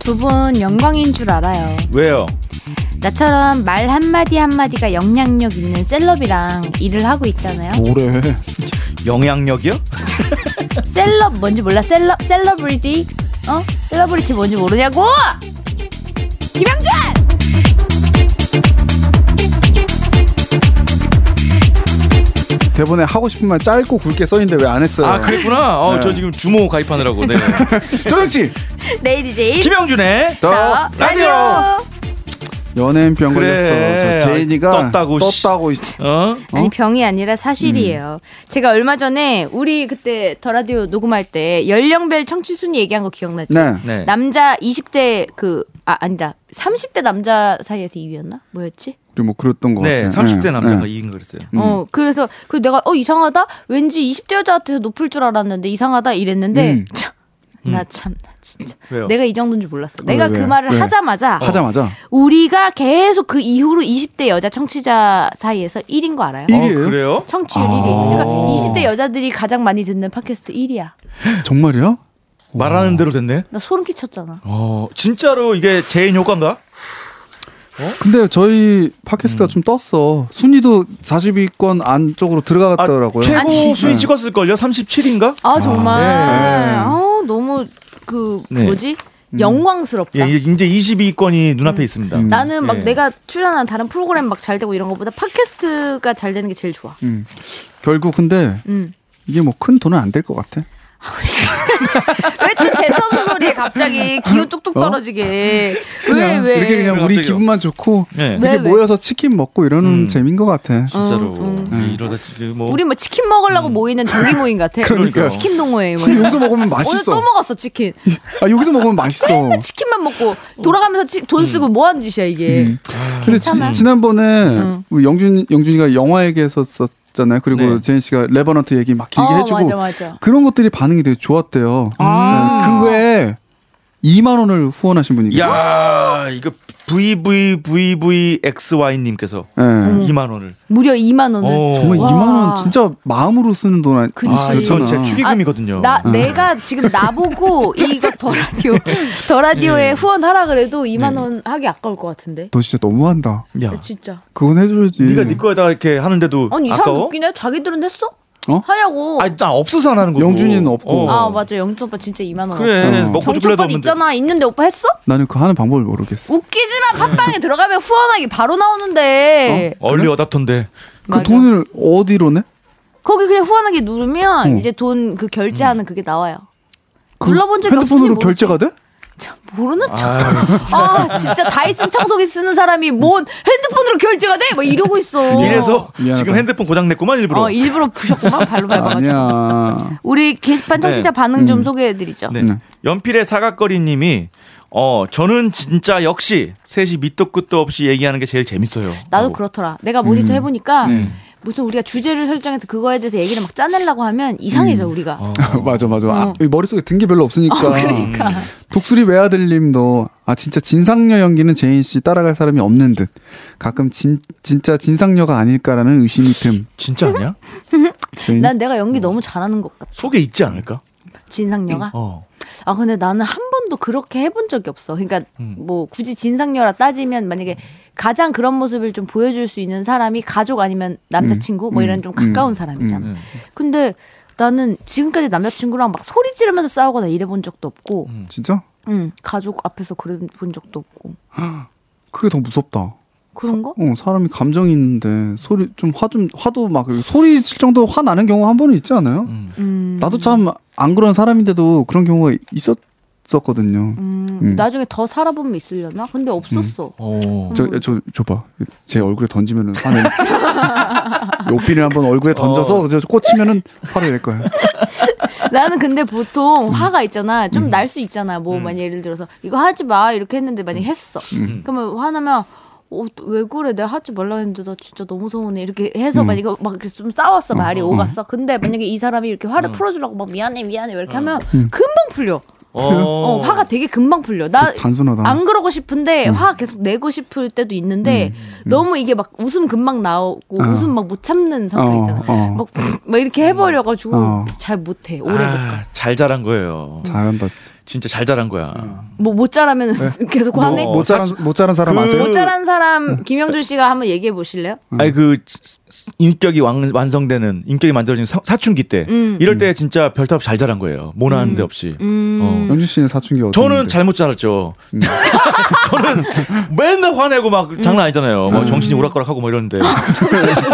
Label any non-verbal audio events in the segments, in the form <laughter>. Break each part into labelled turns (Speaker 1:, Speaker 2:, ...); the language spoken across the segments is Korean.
Speaker 1: 두 분 영광인 줄 알아요.
Speaker 2: 왜요?
Speaker 1: 나처럼 말 한마디 한마디가 영향력 있는 셀럽이랑 일을 하고 있잖아요.
Speaker 3: 뭐래?
Speaker 2: 영향력이요?
Speaker 3: 네.
Speaker 1: 셀럽 뭔지 몰라? 셀럽, 셀러브리티? 어? 셀러브리티 뭔지 모르냐고! 김영준!
Speaker 3: 대본에 하고 싶은 말 짧고 굵게 써있는데 왜 안 했어요?
Speaker 2: 아 그랬구나. 어,
Speaker 3: 네.
Speaker 2: 저 지금 주모 가입하느라고.
Speaker 3: <laughs>
Speaker 2: 네.
Speaker 3: 정영치
Speaker 1: 네, DJ.
Speaker 2: 김영준의
Speaker 3: 더
Speaker 2: 라디오!
Speaker 3: 연예인 병
Speaker 2: 그래.
Speaker 3: 걸렸어. 저 제인이가
Speaker 2: 떴다고, 씨.
Speaker 3: 떴다고 있지.
Speaker 2: 어? 음.
Speaker 1: 아니 병이 아니라 사실이에요. 제가 얼마 전에 우리 그때 더 라디오 녹음할 때 연령별 청취 순위 얘기한 거 기억나지?
Speaker 3: 네.
Speaker 2: 네.
Speaker 1: 남자 20대 그 아 아니다 30대 남자 사이에서 2위였나? 뭐였지?
Speaker 3: 그리고 뭐 그랬던 것
Speaker 2: 네,
Speaker 3: 같아요.
Speaker 2: 30대
Speaker 3: 네,
Speaker 2: 남자가
Speaker 3: 네.
Speaker 2: 이긴 그랬어요.
Speaker 1: 어 그래서 그 내가 어 이상하다 왠지 20대 여자한테 높을 줄 알았는데 이상하다 이랬는데
Speaker 3: 음.
Speaker 1: 참나 참 나 진짜
Speaker 2: 왜요?
Speaker 1: 내가 이 정도인 줄 몰랐어.
Speaker 3: 왜,
Speaker 1: 내가
Speaker 3: 왜,
Speaker 1: 그 말을
Speaker 3: 왜?
Speaker 1: 하자마자
Speaker 2: 어.
Speaker 3: 어. 하자마자
Speaker 1: 우리가 계속 그 이후로 20대 여자 청취자 사이에서 1인 거 알아요?
Speaker 3: 일-
Speaker 2: 어,
Speaker 3: 일이에요?
Speaker 2: 그래요?
Speaker 1: 청취율 1위. 그러니까 20대 여자들이 가장 많이 듣는 팟캐스트 1위야.
Speaker 3: 정말이야? 어.
Speaker 2: 말하는 대로 됐네.
Speaker 1: 나 소름 끼쳤잖아.
Speaker 2: 어, 진짜로 이게 제인 효과인가?
Speaker 3: 근데 저희
Speaker 2: 음.
Speaker 3: 팟캐스트가 좀 떴어. 순위도 40위권 안쪽으로 들어갔더라고요.
Speaker 2: 아, 최고
Speaker 1: 아니.
Speaker 2: 수위
Speaker 3: 네.
Speaker 2: 찍었을걸요? 37인가?
Speaker 1: 아 정말.
Speaker 2: 네.
Speaker 1: 아, 너무 그
Speaker 2: 네.
Speaker 1: 뭐지 영광스럽다.
Speaker 2: 예, 이제 22위권이 눈앞에 있습니다.
Speaker 3: 음.
Speaker 1: 나는 막
Speaker 2: 예.
Speaker 1: 내가 출연한 다른 프로그램 막 잘 되고 이런 것보다 팟캐스트가 잘 되는 게 제일 좋아.
Speaker 3: 음. 결국 근데
Speaker 1: 음.
Speaker 3: 이게 뭐 큰 돈은 안 될 것 같아.
Speaker 1: 왜 또 재수없는 소리에 갑자기 기운
Speaker 3: 어?
Speaker 1: 뚝뚝 떨어지게. 왜 왜?
Speaker 3: 이렇게 그냥 우리
Speaker 2: 갑자기요?
Speaker 3: 기분만 좋고
Speaker 2: 예.
Speaker 1: 왜,
Speaker 3: 이렇게
Speaker 1: 왜?
Speaker 3: 모여서 치킨 먹고 이러는
Speaker 2: 음.
Speaker 3: 재미인 것 같아.
Speaker 2: 진짜로
Speaker 1: 음,
Speaker 2: 예, 이러다 지금 뭐
Speaker 1: 우리 뭐 치킨 먹으려고 모이는 정기 모임 같아.
Speaker 3: 어? 음. 그러니까요.
Speaker 1: 치킨 동호회 뭐.
Speaker 3: 여기서 먹으면
Speaker 1: 오늘
Speaker 3: 맛있어.
Speaker 1: 또 먹었어 치킨.
Speaker 3: 아, 여기서 먹으면
Speaker 1: <laughs>
Speaker 3: 맛있어.
Speaker 1: 맨날 치킨만 먹고 돌아가면서 치, 돈 쓰고 뭐 하는 짓이야 이게.
Speaker 3: 음. 근데
Speaker 1: 괜찮아.
Speaker 3: 지, 난번에 영준 영준이가 영화 얘기했었잖아요. 그리고
Speaker 2: 네.
Speaker 3: 제인 씨가 레버넌트 얘기 막 길게
Speaker 1: 어,
Speaker 3: 해주고
Speaker 1: 맞아 맞아.
Speaker 3: 그런 것들이 반응이 되게 좋았대요.
Speaker 1: 아.
Speaker 3: 네, 그 외에 2만 원을 후원하신 분이 계세요.
Speaker 2: 야, 이거 VVVVXY 님께서
Speaker 3: 네.
Speaker 1: 음.
Speaker 2: 2만 원을
Speaker 1: 무려 2만 원을.
Speaker 2: 어.
Speaker 3: 정말
Speaker 1: 와.
Speaker 3: 2만 원 진짜 마음으로 쓰는 돈 아니,
Speaker 1: 그치.
Speaker 2: 아, 이건 제 축의금이거든요.
Speaker 1: 나
Speaker 3: 음.
Speaker 1: 내가 지금 나보고 이거 더 라디오 더
Speaker 3: 예.
Speaker 1: 라디오에 후원하라 그래도 2만 원 하기 아까울 것 같은데.
Speaker 3: 너 진짜 너무한다.
Speaker 2: 야.
Speaker 1: 아, 진짜.
Speaker 3: 그건 해줘야지.
Speaker 2: 네가 네 거에다가 이렇게 하는데도
Speaker 1: 아니 이 사람
Speaker 2: 그, 아까워?
Speaker 1: 웃기네. 자기들은 했어?
Speaker 3: 어?
Speaker 1: 하냐고.
Speaker 2: 아니, 나 없어서 안 하는 거고. 어.
Speaker 3: 영준이는 없고.
Speaker 1: 아 맞아 영준 오빠 진짜 2만 원.
Speaker 2: 그래.
Speaker 3: 어.
Speaker 2: 먹고
Speaker 1: 정준
Speaker 2: 죽을래도
Speaker 1: 오빠
Speaker 2: 없는데.
Speaker 1: 있잖아. 있는데 오빠 했어?
Speaker 3: 나는 그 하는 방법을 모르겠어.
Speaker 1: 웃기지만 팟빵에 들어가면 후원하기 바로 나오는데.
Speaker 2: 얼리 어답터인데.
Speaker 3: 그
Speaker 1: 맞아.
Speaker 3: 돈을 어디로 내?
Speaker 1: 거기 그냥 후원하기 누르면
Speaker 3: 어.
Speaker 1: 이제 돈 그 결제하는 그게 나와요.
Speaker 3: 그
Speaker 1: 눌러본 적이
Speaker 3: 핸드폰으로
Speaker 1: 없으니
Speaker 3: 결제가 돼?
Speaker 1: 참 모르는 척. <laughs> 아 진짜 다이슨 청소기 쓰는 사람이 뭔 핸드폰으로 결제가 돼? 막 이러고 있어.
Speaker 2: 이래서
Speaker 3: 미안하다.
Speaker 2: 지금 핸드폰 고장 냈구만 일부러.
Speaker 1: 어 일부러 부셨구만 발로 밟아가지고.
Speaker 3: 아니야.
Speaker 1: 우리 게시판 청취자 반응 좀 소개해드리죠.
Speaker 2: 네.
Speaker 3: 네.
Speaker 2: 연필의 사각거리님이 어 저는 진짜 역시 셋이 밑도 끝도 없이 얘기하는 게 제일 재밌어요.
Speaker 1: 나도
Speaker 2: 라고. 음. 네.
Speaker 1: 그렇더라. 내가 모니터 해보니까 무슨 우리가 주제를 설정해서 그거에 대해서 얘기를 막 짜내려고 하면
Speaker 2: 음.
Speaker 1: 이상해져 우리가.
Speaker 3: <laughs> 맞아 맞아. 아, 이 머릿속에 든 게 별로 없으니까.
Speaker 1: 어.
Speaker 3: 음.
Speaker 1: 그러니까.
Speaker 3: 독수리 외아들님도 아 진짜 진상녀 연기는 제인 씨 따라갈 사람이 없는 듯. 가끔 진 진짜 진상녀가 아닐까라는 의심이 듦.
Speaker 2: 진짜
Speaker 1: <laughs>
Speaker 2: 아니야? 네?
Speaker 3: 제인
Speaker 1: 난 내가
Speaker 2: 어.
Speaker 1: 연기 너무 잘하는 것 같아.
Speaker 2: 속에 있지 않을까?
Speaker 1: 진상녀가.
Speaker 2: 어.
Speaker 1: 아 근데 나는 한 번도 그렇게 해본 적이 없어. 그러니까
Speaker 2: 음.
Speaker 1: 뭐 굳이 진상녀라 따지면 만약에 가장 그런 모습을 좀 보여줄 수 있는 사람이 가족 아니면 남자친구 뭐 이런 좀 가까운 사람이잖아.
Speaker 2: 음.
Speaker 1: 근데 나는 지금까지 남자친구랑 막 소리 지르면서 싸우거나 이래본 적도 없고, 음.
Speaker 3: 진짜?
Speaker 1: 가족 앞에서 그런 본 적도 없고
Speaker 3: 그게 더 무섭다.
Speaker 1: 그런 거?
Speaker 3: 어 사람이 감정이 있는데 소리 좀 화 좀 화도 막 소리 칠 정도로 화 나는 경우 한 번은 있지 않아요?
Speaker 1: 음,
Speaker 3: 나도 참 안 그런 사람인데도 그런 경우가 있었었거든요.
Speaker 1: 음,
Speaker 3: 음.
Speaker 1: 나중에 더 살아보면 있으려나? 근데 없었어.
Speaker 2: 어.
Speaker 1: 음.
Speaker 3: 저 저 줘봐 제 얼굴에 던지면은 화내. <laughs> 요핀을 한번 얼굴에 던져서
Speaker 1: 어.
Speaker 3: 저 꽂히면은 화를 낼 거야.
Speaker 1: <laughs> 나는 근데 보통 화가 있잖아. 좀 날 수 있잖아. 뭐 만약 예를 들어서 이거 하지 마 이렇게 했는데 만약 에 했어.
Speaker 2: 음.
Speaker 1: 그러면 화나면 어, 왜 그래? 내가 하지 말라 했는데 나 진짜 너무 서운해. 이렇게 해서 만약에 막 이렇게 좀 음. 싸웠어. 말이 오갔어. 근데 만약에 이 사람이 이렇게 화를 풀어주려고 음. 막 미안해 미안해 이렇게 하면 금방 풀려. 어, 화가 되게 금방 풀려. 나
Speaker 3: 단순하다. 어,
Speaker 1: 안 그러고 싶은데 화 계속 내고 싶을 때도 있는데 너무 이게 막 웃음 금방 나오고
Speaker 3: 어.
Speaker 1: 웃음 막 못 참는
Speaker 3: 어,
Speaker 1: 성격이잖아. 뭐
Speaker 3: 어.
Speaker 1: 막, 막 이렇게 해버려가지고
Speaker 3: 어.
Speaker 1: 잘 못해 오래 못 가.
Speaker 2: 아,
Speaker 4: 잘 자란 거예요.
Speaker 3: 잘한다 진짜.
Speaker 4: 진짜 잘 자란 거야.
Speaker 3: 음.
Speaker 1: 뭐 못 자라면 <laughs> 계속 화내.
Speaker 4: 뭐,
Speaker 3: 못 자란 못 자란 사람
Speaker 4: 그-
Speaker 3: 아세요?
Speaker 1: 못 자란 사람 김영준 씨가 한번 얘기해 보실래요?
Speaker 4: 아니 그 인격이 완, 완성되는 인격이 만들어진 사, 사춘기 때
Speaker 1: 음.
Speaker 4: 이럴 때 진짜 별탈 없이 잘 자란 거예요. 모나는데 없이. 어.
Speaker 1: 음.
Speaker 3: 영준 씨는 사춘기 어떤?
Speaker 4: 저는 잘못 자랐죠.
Speaker 3: 음.
Speaker 4: <laughs> 저는 맨날 화내고 막
Speaker 1: 음.
Speaker 4: 장난 아니잖아요.
Speaker 3: 음.
Speaker 4: 막 정신이 오락가락하고 막 이러는데.
Speaker 1: 아,
Speaker 4: <laughs>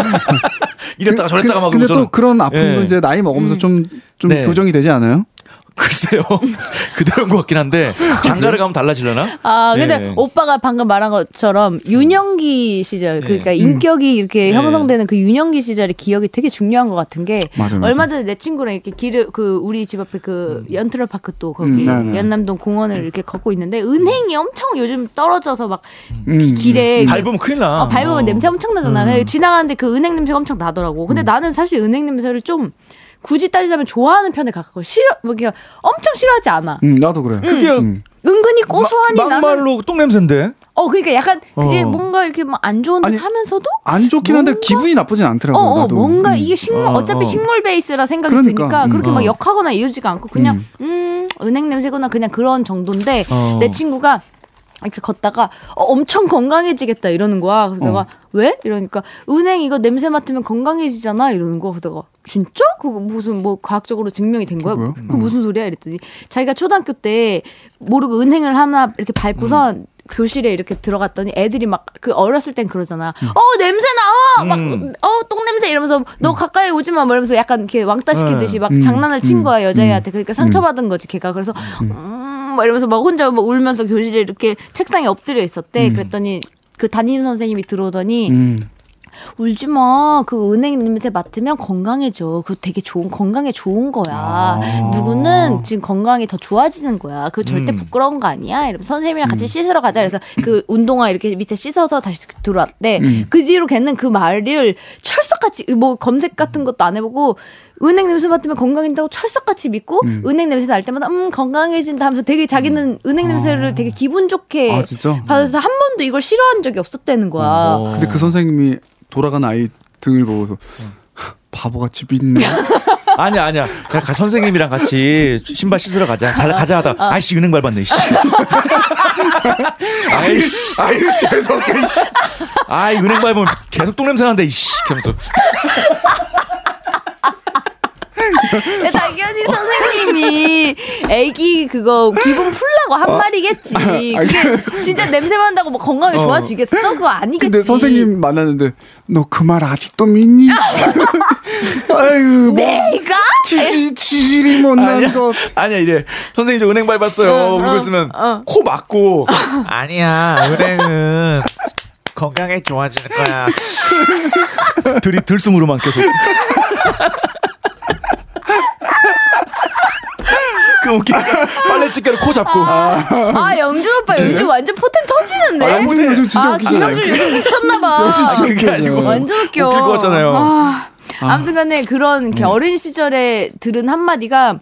Speaker 4: 이랬다가 저랬다가 막
Speaker 3: 근데
Speaker 4: 그러고
Speaker 3: 또 그런 아픔도
Speaker 4: 예.
Speaker 3: 이제 나이
Speaker 1: 음.
Speaker 3: 먹으면서 좀 좀
Speaker 4: 네.
Speaker 3: 교정이 되지 않아요?
Speaker 4: 글쎄요. <laughs> 그대로인 것 같긴
Speaker 3: <laughs>
Speaker 4: 한데 장가를 가면 달라지려나?
Speaker 1: 아, 근데
Speaker 4: 네.
Speaker 1: 오빠가 방금 말한 것처럼 유년기 시절,
Speaker 3: 네.
Speaker 1: 그러니까 인격이 이렇게
Speaker 4: 네.
Speaker 1: 형성되는 그 유년기 시절의 기억이 되게 중요한 것 같은 게
Speaker 3: 맞아요, 맞아요.
Speaker 1: 얼마 전에 내 친구랑 이렇게 길을 그 우리 집 앞에 그 연트럴 파크 또 거기
Speaker 3: 음, 네, 네.
Speaker 1: 연남동 공원을 이렇게 걷고 있는데 은행이 엄청 요즘 떨어져서 막
Speaker 3: 음.
Speaker 1: 기- 길에
Speaker 4: 밟으면 큰일 나.
Speaker 1: 어, 밟으면
Speaker 4: 어.
Speaker 1: 냄새 엄청 나잖아. 그래서 지나가는데 그 은행 냄새가 엄청 나더라고. 근데 나는 사실 은행 냄새를 좀 굳이 따지자면 좋아하는 편에 가깝고 싫어, 뭐 이렇게 엄청 싫어하지 않아.
Speaker 3: 음, 나도 그래.
Speaker 4: 그게
Speaker 1: 은근히 어, 고소하니
Speaker 4: 막-
Speaker 1: 나는
Speaker 4: 막말로 똥냄새인데.
Speaker 1: 어, 그러니까 약간 그게
Speaker 4: 어.
Speaker 1: 뭔가 이렇게 막 안 좋은 듯
Speaker 3: 아니,
Speaker 1: 하면서도
Speaker 3: 안 좋긴 한데 기분이 나쁘진
Speaker 1: 어,
Speaker 3: 않더라고. 요
Speaker 1: 어
Speaker 3: 나도. 음.
Speaker 1: 뭔가 이게 식물
Speaker 4: 어,
Speaker 1: 어, 차피
Speaker 4: 어.
Speaker 1: 식물 베이스라 생각이
Speaker 3: 그러니까,
Speaker 1: 드니까
Speaker 3: 음,
Speaker 1: 그렇게
Speaker 4: 어.
Speaker 1: 막 역하거나 이러지가 않고 그냥 음, 은행 냄새거나 그냥 그런 정도인데
Speaker 4: 어.
Speaker 1: 내 친구가 이렇게 걷다가 어, 엄청 건강해지겠다 이러는 거야.
Speaker 3: 어.
Speaker 1: 그래서 내가 왜? 이러니까 은행 이거 냄새 맡으면 건강해지잖아 이러는 거야. 그래서 내가 진짜? 그거 무슨 뭐 과학적으로 증명이 된 거야?
Speaker 3: 뭐야?
Speaker 1: 그 무슨 소리야? 이랬더니 자기가 초등학교 때 모르고 은행을 하나 이렇게 밟고선
Speaker 3: 음.
Speaker 1: 교실에 이렇게 들어갔더니 애들이 막 그 어렸을 땐 그러잖아.
Speaker 3: 음.
Speaker 1: 어 냄새 나. 어, 막 어 똥 냄새 이러면서 너 가까이 오지 마. 뭐 이러면서 약간 이렇게 왕따 시키듯이 막 장난을 친 거야 여자애한테. 그러니까 상처받은 거지 걔가. 그래서 음, 막 이러면서 막 혼자 막 울면서 교실에 이렇게 책상에 엎드려 있었대. 그랬더니 그 담임 선생님이 들어오더니
Speaker 3: 음.
Speaker 1: 울지 마. 그 은행 냄새 맡으면 건강해져. 그 되게 좋은 건강에 좋은 거야.
Speaker 3: 아.
Speaker 1: 누구는 지금 건강이 더 좋아지는 거야. 그
Speaker 3: 음.
Speaker 1: 절대 부끄러운 거 아니야. 이러면 선생님이랑 같이 씻으러 가자. 그래서 그 운동화 이렇게 밑에 씻어서 다시 들어왔대.
Speaker 3: 음.
Speaker 1: 그 뒤로 걔는 그 말을 철석같이 뭐 검색 같은 것도 안 해보고 은행 냄새 맡으면 건강해진다고 철석같이 믿고 은행 냄새 날 때마다 음 건강해진다 하면서 되게 자기는 은행 냄새를 되게 기분 좋게
Speaker 3: 음. 아 진짜.
Speaker 1: 받아서 한 번도 이걸 싫어한 적이 없었다는 거야.
Speaker 4: 어.
Speaker 3: 근데 그 선생님이 돌아가는 아이 등을 보고서
Speaker 4: 어.
Speaker 3: <laughs> 바보같이 믿네.
Speaker 4: 아니야 아니야. 그냥 가- 선생님이랑 같이 신발 씻으러 가자. 잘 가자 하다. 아이씨 은행 밟았네. <laughs> 씨. <laughs> 아이씨.
Speaker 3: 아유 죄송해. 씨.
Speaker 4: 아이 은행 밟으면 계속 똥냄새 난대. 이씨. 하면서.
Speaker 1: 근데 당연히 선생님이 네, 애기 그거 기분 풀라고
Speaker 3: 어?
Speaker 1: 한
Speaker 3: 아,
Speaker 1: 말이겠지. 그게 진짜 냄새 맡는다고 뭐 건강이 좋아지겠어? 그거 아니겠지.
Speaker 3: 근데 선생님 만났는데 너 그 말 아직도 믿니? <laughs> 아유 뭐
Speaker 1: 내가?
Speaker 3: 지지 지질이 못난
Speaker 4: 아니야.
Speaker 3: 것.
Speaker 4: 아니야 이래. 선생님 저 은행 밟았어요. 울고 있으면 코 막고. 아니야 은행은 건강에 좋아지는 거야. 들이 들숨으로만 계속. 그 웃기니까 빨래집게로 코 잡고.
Speaker 1: 아 영준 오빠 요즘 완전 포텐 터지는데.
Speaker 3: 네? 아, 영준이 요즘 진짜
Speaker 1: 아,
Speaker 3: 웃기잖아요.
Speaker 1: 김영준 요즘 미쳤나봐.
Speaker 3: 영준 진짜
Speaker 4: 아, 그게
Speaker 3: 웃겨요.
Speaker 4: 아니고.
Speaker 1: 완전 웃겨.
Speaker 4: 웃길 것 같잖아요.
Speaker 1: 아, 아무튼간에 그런
Speaker 3: 음.
Speaker 1: 이렇게 어린 시절에 들은 한마디가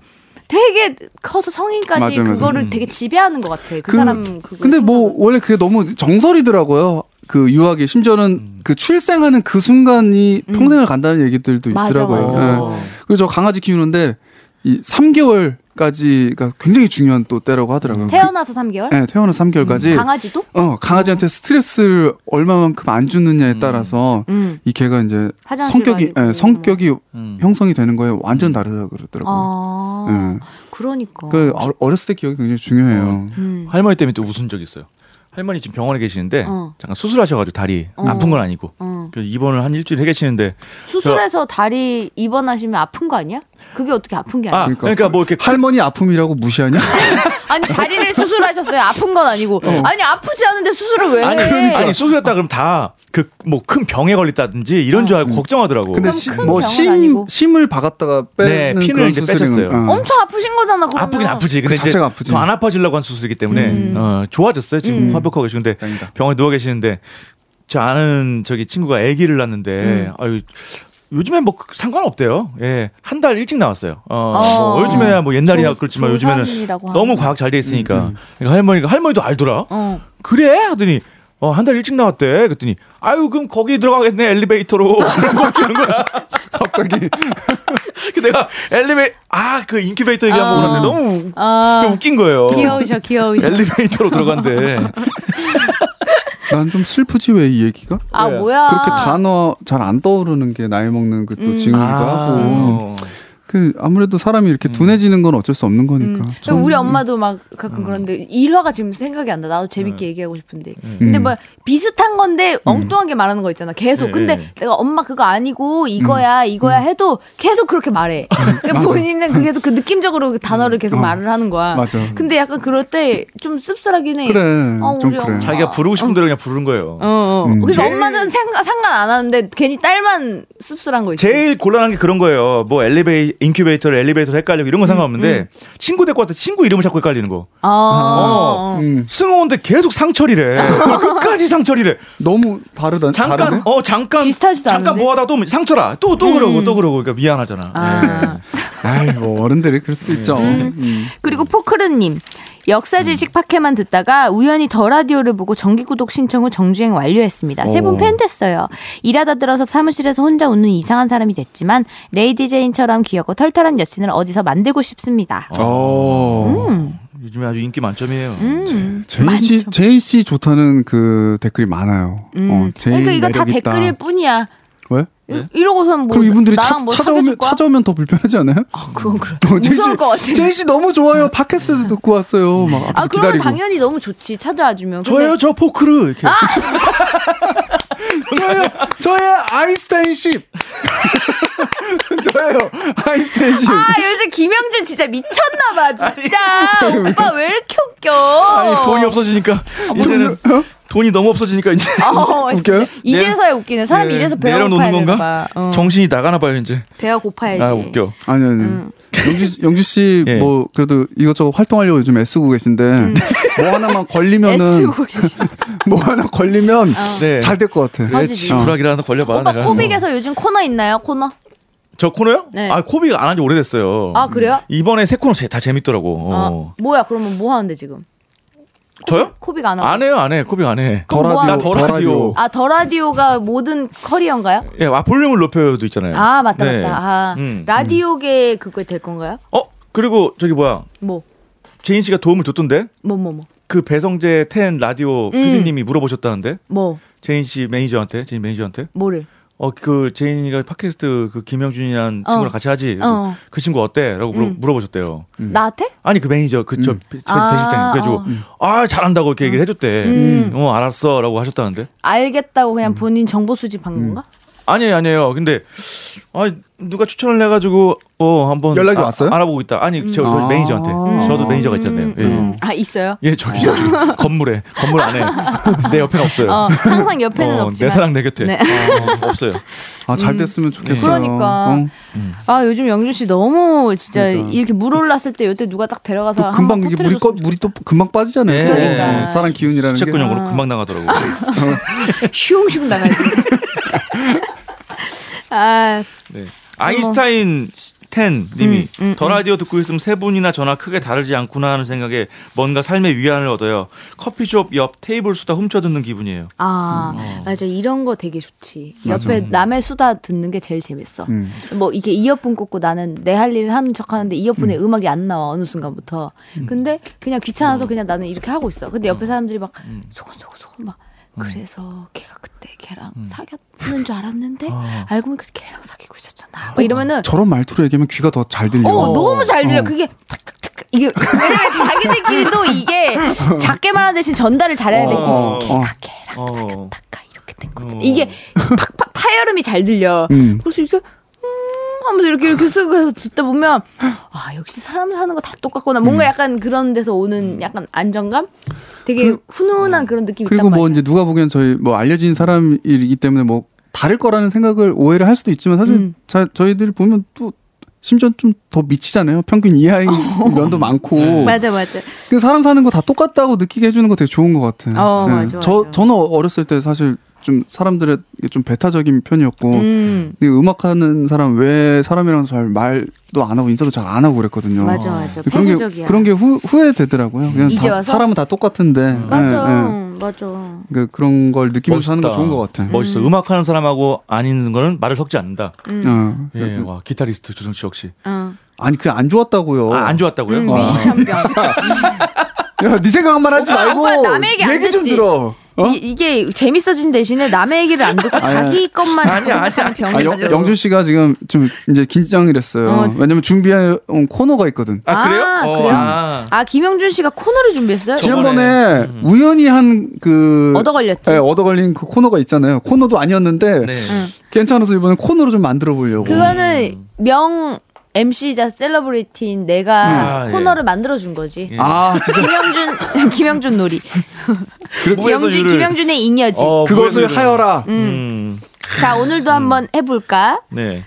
Speaker 1: 되게 커서 성인까지
Speaker 3: 맞아요, 맞아요.
Speaker 1: 그거를 되게 지배하는 것 같아. 그, 사람 그거.
Speaker 3: 근데 뭐 원래 그게 너무 정설이더라고요. 그 유학이 심지어는
Speaker 4: 음.
Speaker 3: 그 출생하는 그 순간이 평생을 간다는 얘기들도
Speaker 1: 음. 맞아,
Speaker 3: 있더라고요.
Speaker 1: 맞아.
Speaker 3: 예. 그리고 저 강아지 키우는데 이 3개월까지가 굉장히 중요한 또 때라고 하더라고요.
Speaker 1: 태어나서 3개월?
Speaker 3: 그- 예, 태어나서 3개월까지
Speaker 1: 음, 강아지도?
Speaker 3: 어, 강아지한테 스트레스를 얼마만큼 안 주느냐에 따라서
Speaker 1: 음.
Speaker 3: 이 개가 이제
Speaker 1: 화장실
Speaker 3: 성격이
Speaker 1: 가지고. 음.
Speaker 3: 예, 성격이
Speaker 4: 음.
Speaker 3: 형성이 되는 거에 완전 다르다고 그러더라고요.
Speaker 1: 아,
Speaker 3: 예.
Speaker 1: 그러니까.
Speaker 3: 그 어- 어렸을 때 기억이 굉장히 중요해요.
Speaker 1: 음.
Speaker 4: 할머니 때문에 또 웃은 적 있어요. 할머니 지금 병원에 계시는데
Speaker 1: 어.
Speaker 4: 잠깐 수술하셔가지고 다리
Speaker 1: 어.
Speaker 4: 아픈 건 아니고
Speaker 1: 어.
Speaker 4: 그 입원을 한 일주일 해계치는데
Speaker 1: 수술해서 다리 입원하시면 아픈 거 아니야? 그게 어떻게 아픈 게
Speaker 4: 아
Speaker 1: 아니야?
Speaker 4: 그러니까, 뭐 이렇게
Speaker 3: 할머니 아픔이라고 무시하냐?
Speaker 1: 아니 다리를 수술하셨어요. 아픈 건 아니고. 아니 아프지 않은데 수술을 왜 해?
Speaker 4: 아니 그러니까. 아니 수술했다 그럼 다 그 뭐 큰 병에 걸렸다든지 이런 줄 알고 걱정하더라고.
Speaker 3: <laughs> 음. 근데
Speaker 1: 그럼
Speaker 3: 시-
Speaker 1: 큰
Speaker 3: 뭐
Speaker 1: 병은
Speaker 3: 심,
Speaker 1: 아니고.
Speaker 3: 심을 박았다가
Speaker 4: 네,
Speaker 3: 빼는
Speaker 4: 핀을
Speaker 3: 그런
Speaker 4: 이제
Speaker 3: 수술인
Speaker 4: 빼셨어요.
Speaker 3: 건- 어.
Speaker 1: 엄청 아프신 거잖아. 음. 그러면.
Speaker 4: 아프긴 아프지. 근데
Speaker 3: 그 자체가 아프지.
Speaker 4: 더안 아파지려고 한 수술이기 때문에 어, 좋아졌어요.
Speaker 1: 음.
Speaker 4: 지금 화벽하고 계시고 근데
Speaker 3: 다행이다.
Speaker 4: 병원에 누워 계시는데 저 아는 저기 친구가 아기를
Speaker 1: 음.
Speaker 4: 낳는데 아유 요즘엔 뭐 상관없대요. 예. 한 달 일찍 나왔어요. 어,
Speaker 1: 어.
Speaker 4: 뭐 요즘에야 뭐 옛날이야
Speaker 1: 조-
Speaker 4: 그렇지만 요즘에는
Speaker 1: 조산이라고
Speaker 4: 너무
Speaker 1: 하는데. 음.
Speaker 4: 과학 잘 돼 있으니까. 그러니까 할머니가 할머니도 알더라.
Speaker 1: 어.
Speaker 4: 그래? 하더니 어, 한 달 일찍 나왔대. 그랬더니, 아유, 그럼 거기 들어가겠네, 엘리베이터로. <laughs> 그런 거 주는 거야.
Speaker 3: 갑자기
Speaker 4: <laughs> 그 내가 엘리베이, 아, 그 인큐베이터 얘기한 거
Speaker 1: 어.
Speaker 4: 보는데 너무
Speaker 1: 아,
Speaker 4: 그 웃긴 거예요.
Speaker 1: 귀여우셔, 귀여우셔.
Speaker 4: 예. 엘리베이터로 들어간대.
Speaker 3: 난 좀 슬프지 왜 이 얘기가?
Speaker 1: 아,
Speaker 4: 네.
Speaker 1: 뭐야.
Speaker 3: 그렇게 단어 잘 안 떠오르는 게 나이 먹는 그 또
Speaker 1: 음.
Speaker 3: 증후기도 하고 그 아무래도 사람이 이렇게 둔해지는 건 어쩔 수 없는 거니까.
Speaker 1: 음. 우리 엄마도 막
Speaker 4: 음.
Speaker 1: 가끔 그런데 일화가 지금 생각이 안 나. 나도
Speaker 4: 네.
Speaker 1: 재밌게 얘기하고 싶은데. 근데
Speaker 3: 음.
Speaker 1: 뭐 비슷한 건데 엉뚱한 게 말하는 거 있잖아. 계속.
Speaker 4: 예,
Speaker 1: 근데
Speaker 3: 네.
Speaker 4: 예.
Speaker 1: 내가 엄마 그거 아니고
Speaker 3: 음.
Speaker 1: 이거야 이거야 해도 계속 그렇게 말해.
Speaker 3: <laughs>
Speaker 1: 그러니까 본인은 그 계속 그 느낌적으로 그 단어를 계속
Speaker 3: 어.
Speaker 1: 말을 하는 거야.
Speaker 3: 맞아.
Speaker 1: 근데 약간 그럴 때 좀 씁쓸하긴 해.
Speaker 3: 그래,
Speaker 1: 어,
Speaker 3: 좀
Speaker 1: 우리
Speaker 3: 그래.
Speaker 1: 엄마.
Speaker 4: 자기가 부르고 싶은 대로 그냥 부르는
Speaker 1: 어,
Speaker 4: 거예요.
Speaker 1: 어.
Speaker 3: 음.
Speaker 1: 그래서
Speaker 4: 제일-
Speaker 1: 엄마는 생각, 상관 안 하는데 괜히 딸만 씁쓸한 거 있지.
Speaker 4: 제일 곤란한 게 그런 거예요. 뭐 엘리베이 인큐베이터를 엘리베이터로 헷갈리고 이런
Speaker 1: 음,
Speaker 4: 건 상관없는데 친구 데리고 와서 친구 이름을 자꾸 헷갈리는 거.
Speaker 1: 아, 어. 어.
Speaker 3: 음.
Speaker 4: 승호인데 계속 상철이래.
Speaker 1: <laughs>
Speaker 4: 끝까지 상철이래.
Speaker 3: 너무 다르다.
Speaker 4: 잠깐
Speaker 3: 다르네?
Speaker 4: 어 잠깐
Speaker 1: 비슷하지도
Speaker 4: 잠깐
Speaker 1: 않은데? 음.
Speaker 4: 뭐하다 또 상철아 또 또 그러고 또 그러고 그러니까 미안하잖아.
Speaker 1: 아.
Speaker 3: 아이 뭐 어른들이 그럴 수도 있죠. 음.
Speaker 1: 그리고 포크르님 역사 지식 팟캐만 듣다가 우연히 더 라디오를 보고 정기 구독 신청 후 정주행 완료했습니다. 세 분
Speaker 3: 오.
Speaker 1: 팬 됐어요. 일하다 들어서 사무실에서 혼자 웃는 이상한 사람이 됐지만 레이디 제인처럼 귀엽고 털털한 여친을 어디서 만들고
Speaker 3: 아,
Speaker 1: 싶습니다.
Speaker 3: 어.
Speaker 4: 요즘에 아주 인기 만점이에요.
Speaker 1: 음.
Speaker 3: 제인 씨,
Speaker 1: 만점.
Speaker 3: 제인 씨 좋다는 그 댓글이 많아요.
Speaker 1: 음.
Speaker 3: 어, 제인
Speaker 1: 그러니까 이건 다
Speaker 3: 매력 있다.
Speaker 1: 댓글일 뿐이야.
Speaker 3: 왜?
Speaker 1: 이- 이러고선 뭐
Speaker 3: 그럼 이분들이
Speaker 1: 나랑
Speaker 3: 찾,
Speaker 1: 뭐
Speaker 3: 찾아오면
Speaker 1: 사귀어줄 거야?
Speaker 3: 찾아오면 더 불편하지 않아요?
Speaker 1: 아, 그건 그래.
Speaker 3: 어, 제인
Speaker 1: 무서울
Speaker 3: 씨-
Speaker 1: 것
Speaker 3: <laughs>
Speaker 1: 같아.
Speaker 3: 제인 씨 너무 좋아요. 팟캐스트 듣고 왔어요. 막 앞에서
Speaker 1: 아 그러면
Speaker 3: 기다리고.
Speaker 1: 당연히 아! 너무 좋지 찾아와주면. 근데
Speaker 4: 저예요 저 포크르 이렇게.
Speaker 3: <laughs> 저예요. 저예요. 아인슈타인 씨. <laughs> 저예요. 아인슈타인 씨.
Speaker 1: 아 요즘 김영준 진짜 미쳤나봐 진짜 오빠 왜 이렇게 웃겨
Speaker 4: 아니, 돈이 없어지니까
Speaker 1: 뭐
Speaker 4: 이제는 돈이 너무 없어지니까 이제
Speaker 1: 어,
Speaker 3: 웃겨요?
Speaker 1: 진짜. 이제서야 웃기는 사람이
Speaker 4: 아, 네,
Speaker 1: 이래서 배가 고파야
Speaker 4: 내려놓는
Speaker 1: 되나
Speaker 4: 건가?
Speaker 1: 봐. 어,
Speaker 4: 정신이 나가나 봐요 이제.
Speaker 1: 배가 고파야지.
Speaker 4: 아 웃겨.
Speaker 3: 아니 아니. 영주 영주 씨 뭐
Speaker 4: <laughs> 예.
Speaker 3: 그래도 이것저것 활동하려고 요즘 애쓰고 계신데 뭐 하나만 걸리면은
Speaker 1: 애쓰고 어. 계시다.
Speaker 3: 뭐 하나 걸리면
Speaker 4: 네.
Speaker 3: 잘 될 것 같아.
Speaker 1: 네.
Speaker 4: 지 지푸라기라도 걸려봐.
Speaker 1: 오빠
Speaker 4: 내가. 어.
Speaker 1: 코빅에서 요즘 코너 있나요? 코너?
Speaker 4: 저 코너요?
Speaker 1: 네.
Speaker 4: 아 코빅 안한 지 오래됐어요.
Speaker 1: 아 그래요?
Speaker 4: 이번에 새 코너 제- 다 재밌더라고.
Speaker 1: 아,
Speaker 4: 어.
Speaker 1: 뭐야 그러면 뭐 하는데 지금?
Speaker 4: 저요?
Speaker 1: 코빅 안 하고.
Speaker 4: 안 해요, 안 해. 코빅 안 해.
Speaker 3: 더
Speaker 1: 뭐
Speaker 3: 라디오.
Speaker 1: 하나?
Speaker 4: 더 라디오.
Speaker 1: 아 더 라디오가 모든 커리어인가요?
Speaker 4: 예, 아 볼륨을 높여요도 있잖아요.
Speaker 1: 아 맞다
Speaker 4: 네.
Speaker 1: 맞다. 아,
Speaker 4: 음.
Speaker 1: 라디오계 그거 될 건가요?
Speaker 4: 어 그리고 저기 뭐야
Speaker 1: 뭐
Speaker 4: 제인 씨가 도움을 줬던데
Speaker 1: 뭐, 뭐, 뭐,
Speaker 4: 그 배성재 텐
Speaker 1: 음.
Speaker 4: 라디오 PD님이 물어보셨다는데
Speaker 1: 뭐,
Speaker 4: 제인 씨 매니저한테 제인 매니저한테
Speaker 1: 뭐를?
Speaker 4: 어 그 제인이가 팟캐스트 그 김영준이란
Speaker 1: 어.
Speaker 4: 친구랑 같이 하지
Speaker 1: 어.
Speaker 4: 그 친구 어때라고 물어,
Speaker 1: 음.
Speaker 4: 물어보셨대요.
Speaker 1: 나한테?
Speaker 4: 아니 그 매니저 그저
Speaker 3: 음.
Speaker 4: 배
Speaker 1: 아,
Speaker 4: 배실장 그래가지고
Speaker 1: 어.
Speaker 4: 아 잘한다고 이렇게 얘기를 해줬대.
Speaker 1: 음.
Speaker 4: 어 알았어라고 하셨다는데.
Speaker 1: 알겠다고
Speaker 4: 음.
Speaker 1: 그냥 본인 정보 수집한 건가?
Speaker 4: 아니에요, 아니에요. 근데 아 누가 추천을 해가지고 어 한번
Speaker 3: 연락이
Speaker 4: 아,
Speaker 3: 왔어요?
Speaker 4: 알아보고 있다. 아니 저그
Speaker 3: 음.
Speaker 4: 매니저한테.
Speaker 3: 아.
Speaker 4: 저도 매니저가 있잖아요. 예.
Speaker 1: 음. 아 있어요?
Speaker 4: 예, 저기 저기 건물에
Speaker 1: <laughs>
Speaker 4: 건물 안에 내 옆에는 없어요.
Speaker 1: 어, 항상 옆에는
Speaker 4: 네. <laughs> 어,
Speaker 1: 없지만
Speaker 4: 내 사랑 내 곁에
Speaker 1: 네.
Speaker 4: 어, 없어요.
Speaker 3: 아잘 됐으면 좋겠어.
Speaker 1: 그러니까.
Speaker 3: 어.
Speaker 1: 아 요즘 영준 씨 너무 진짜
Speaker 3: 그러니까.
Speaker 1: 이렇게 물 올랐을 때 이때 누가 딱 데려가서
Speaker 3: 또 금방
Speaker 1: 한번
Speaker 3: 이게 물이 꺼,
Speaker 1: 터뜨려줬으면
Speaker 3: 물이 또 금방 빠지잖아요.
Speaker 4: 네.
Speaker 1: 그러니까.
Speaker 3: 어, 사람 기운이라는
Speaker 1: 아.
Speaker 3: 게.
Speaker 4: 수채권형으로 금방 나가더라고. 요
Speaker 1: 좋겠다. 슝슝
Speaker 3: <laughs>
Speaker 1: 나가지. 아
Speaker 4: 네. 아인슈타인 텐 님이 더 라디오 듣고 있으면 세 분이나 저나 크게 다르지 않구나 하는 생각에 뭔가 삶의 위안을 얻어요. 커피숍 옆 테이블 수다 훔쳐 듣는 기분이에요.
Speaker 3: 음,
Speaker 1: 아,
Speaker 3: 어.
Speaker 1: 맞아 이런 거 되게 좋지. 옆에 남의 수다 듣는 게 제일 재밌어.
Speaker 3: 음.
Speaker 1: 뭐 이게 이어폰 꽂고 나는 내 할 일 하는 척 하는데 이어폰에 음. 악이안 나와 어느 순간부터.
Speaker 3: 음.
Speaker 1: 근데 그냥
Speaker 3: 어.
Speaker 1: 귀찮아서 그냥 나는 이렇게 하고 있어. 근데 옆에 사람들이 막
Speaker 3: 음.
Speaker 1: 소곤소곤소곤 막 그래서 걔가 그때 걔랑
Speaker 3: 음.
Speaker 1: 사귀었는 줄 알았는데
Speaker 3: 어. 아.
Speaker 1: 알고 보니까 걔랑 사귀고 있었잖아. 막 이러면은
Speaker 3: 저런 말투로 얘기하면 귀가 더 잘 들려.
Speaker 1: 어, 너무 잘 들려. 그게 탁탁탁 이게 왜냐면
Speaker 3: <laughs>
Speaker 1: 자기들끼리도 이게 작게 말하는 대신 전달을 잘해야 되니까
Speaker 4: 어.
Speaker 1: 걔가 걔랑
Speaker 4: 어.
Speaker 1: 사귀었다가 이렇게 된 거지.
Speaker 4: 어.
Speaker 1: 이게 팍팍 파열음이 잘 들려.
Speaker 3: 음.
Speaker 1: 그래서 이렇게 음 하면서 이렇게 이렇게 쓰고 해서 듣다 보면 아 역시 사람 사는 거 다 똑같구나.
Speaker 3: 음.
Speaker 1: 뭔가 약간 그런 데서 오는 약간 안정감, 되게 훈훈한 그런 느낌이
Speaker 3: 그리고
Speaker 1: 있단
Speaker 3: 뭐
Speaker 1: 말이야.
Speaker 3: 이제 누가 보기엔 저희 뭐 알려진 사람이기 때문에 뭐 다를 거라는 생각을 오해를 할 수도 있지만 사실
Speaker 1: 음.
Speaker 3: 자, 저희들이 보면 또 심지어 좀 더 미치잖아요.
Speaker 1: <laughs>
Speaker 3: 평균 이하인 면도 많고.
Speaker 1: 맞아 맞아.
Speaker 3: 어. 그 사람 사는 거 다 똑같다고 느끼게 해주는 거 되게 좋은 것 같아요.
Speaker 1: 어, 맞아,
Speaker 3: 저
Speaker 1: 맞아.
Speaker 3: 저는 어렸을 때 사실 좀 사람들의 좀 배타적인 편이었고
Speaker 1: 음.
Speaker 3: 근데 음악하는 사람 왜 사람이랑 잘 말도 안 하고 인사도 잘 안 하고 그랬거든요.
Speaker 1: 맞아 맞아.
Speaker 3: 어. 그런 게
Speaker 1: 폐쇄적이야.
Speaker 3: 그런 게 후, 후회되더라고요. 그냥
Speaker 1: 이제
Speaker 3: 다-
Speaker 1: 와서?
Speaker 3: 사람은 다 똑같은데
Speaker 1: 맞아
Speaker 3: 예, 예.
Speaker 1: 맞아.
Speaker 3: 그러니까 그런 걸 느끼면서 하는 거 좋은 것 같아. 요
Speaker 4: 멋있어. 음악하는 사람하고 아닌 거는 말을 섞지 않는다.
Speaker 1: 음.
Speaker 4: 예,
Speaker 3: 예.
Speaker 4: 와 기타리스트 조정치 역시.
Speaker 1: 응.
Speaker 3: 아니 그게 안 좋았다고요.
Speaker 4: 아, 안 좋았다고요?
Speaker 1: 응,
Speaker 4: 와.
Speaker 1: 미천병.
Speaker 3: 야, 네 생각만 하지
Speaker 1: 오빠,
Speaker 3: 말고
Speaker 1: 오빠 남의 얘기 안
Speaker 3: 좀
Speaker 1: 듣지.
Speaker 3: 들어. 어?
Speaker 1: 이, 이게 재밌어진 대신에 남의 얘기를 안 듣고 자기 것만 자꾸 생각하는 병이
Speaker 3: 아, 영,
Speaker 1: 있어.
Speaker 3: 영준 씨가 지금 좀 이제 긴장을 했어요.
Speaker 1: 어.
Speaker 3: 왜냐면 준비한 코너가 있거든.
Speaker 4: 아 그래요?
Speaker 1: 아,
Speaker 4: 어,
Speaker 1: 그래요?
Speaker 4: 아.
Speaker 1: 아 김영준 씨가 코너를 준비했어요?
Speaker 3: 지난번에
Speaker 4: 음.
Speaker 3: 우연히 한 그
Speaker 1: 얻어 걸렸지.
Speaker 3: 예, 얻어 걸린 그 코너가 있잖아요. 코너도 아니었는데
Speaker 4: 네.
Speaker 3: 괜찮아서 이번엔 코너로 좀 만들어 보려고.
Speaker 1: 그거는
Speaker 4: 음.
Speaker 1: 명 MC자 셀러브리티인 내가
Speaker 3: 음.
Speaker 4: 아, 예.
Speaker 1: 코너를 만들어 준 거지.
Speaker 3: 아, 진짜
Speaker 1: 김영준 <laughs> 김영준 놀이.
Speaker 4: 무에서
Speaker 1: 김영준
Speaker 4: 유를.
Speaker 1: 김영준의 잉여지.
Speaker 4: 그 어,
Speaker 3: 그것을
Speaker 4: 무에서 유를.
Speaker 3: 하여라.
Speaker 4: 음.
Speaker 1: 자 오늘도 한번 해볼까?
Speaker 4: 네.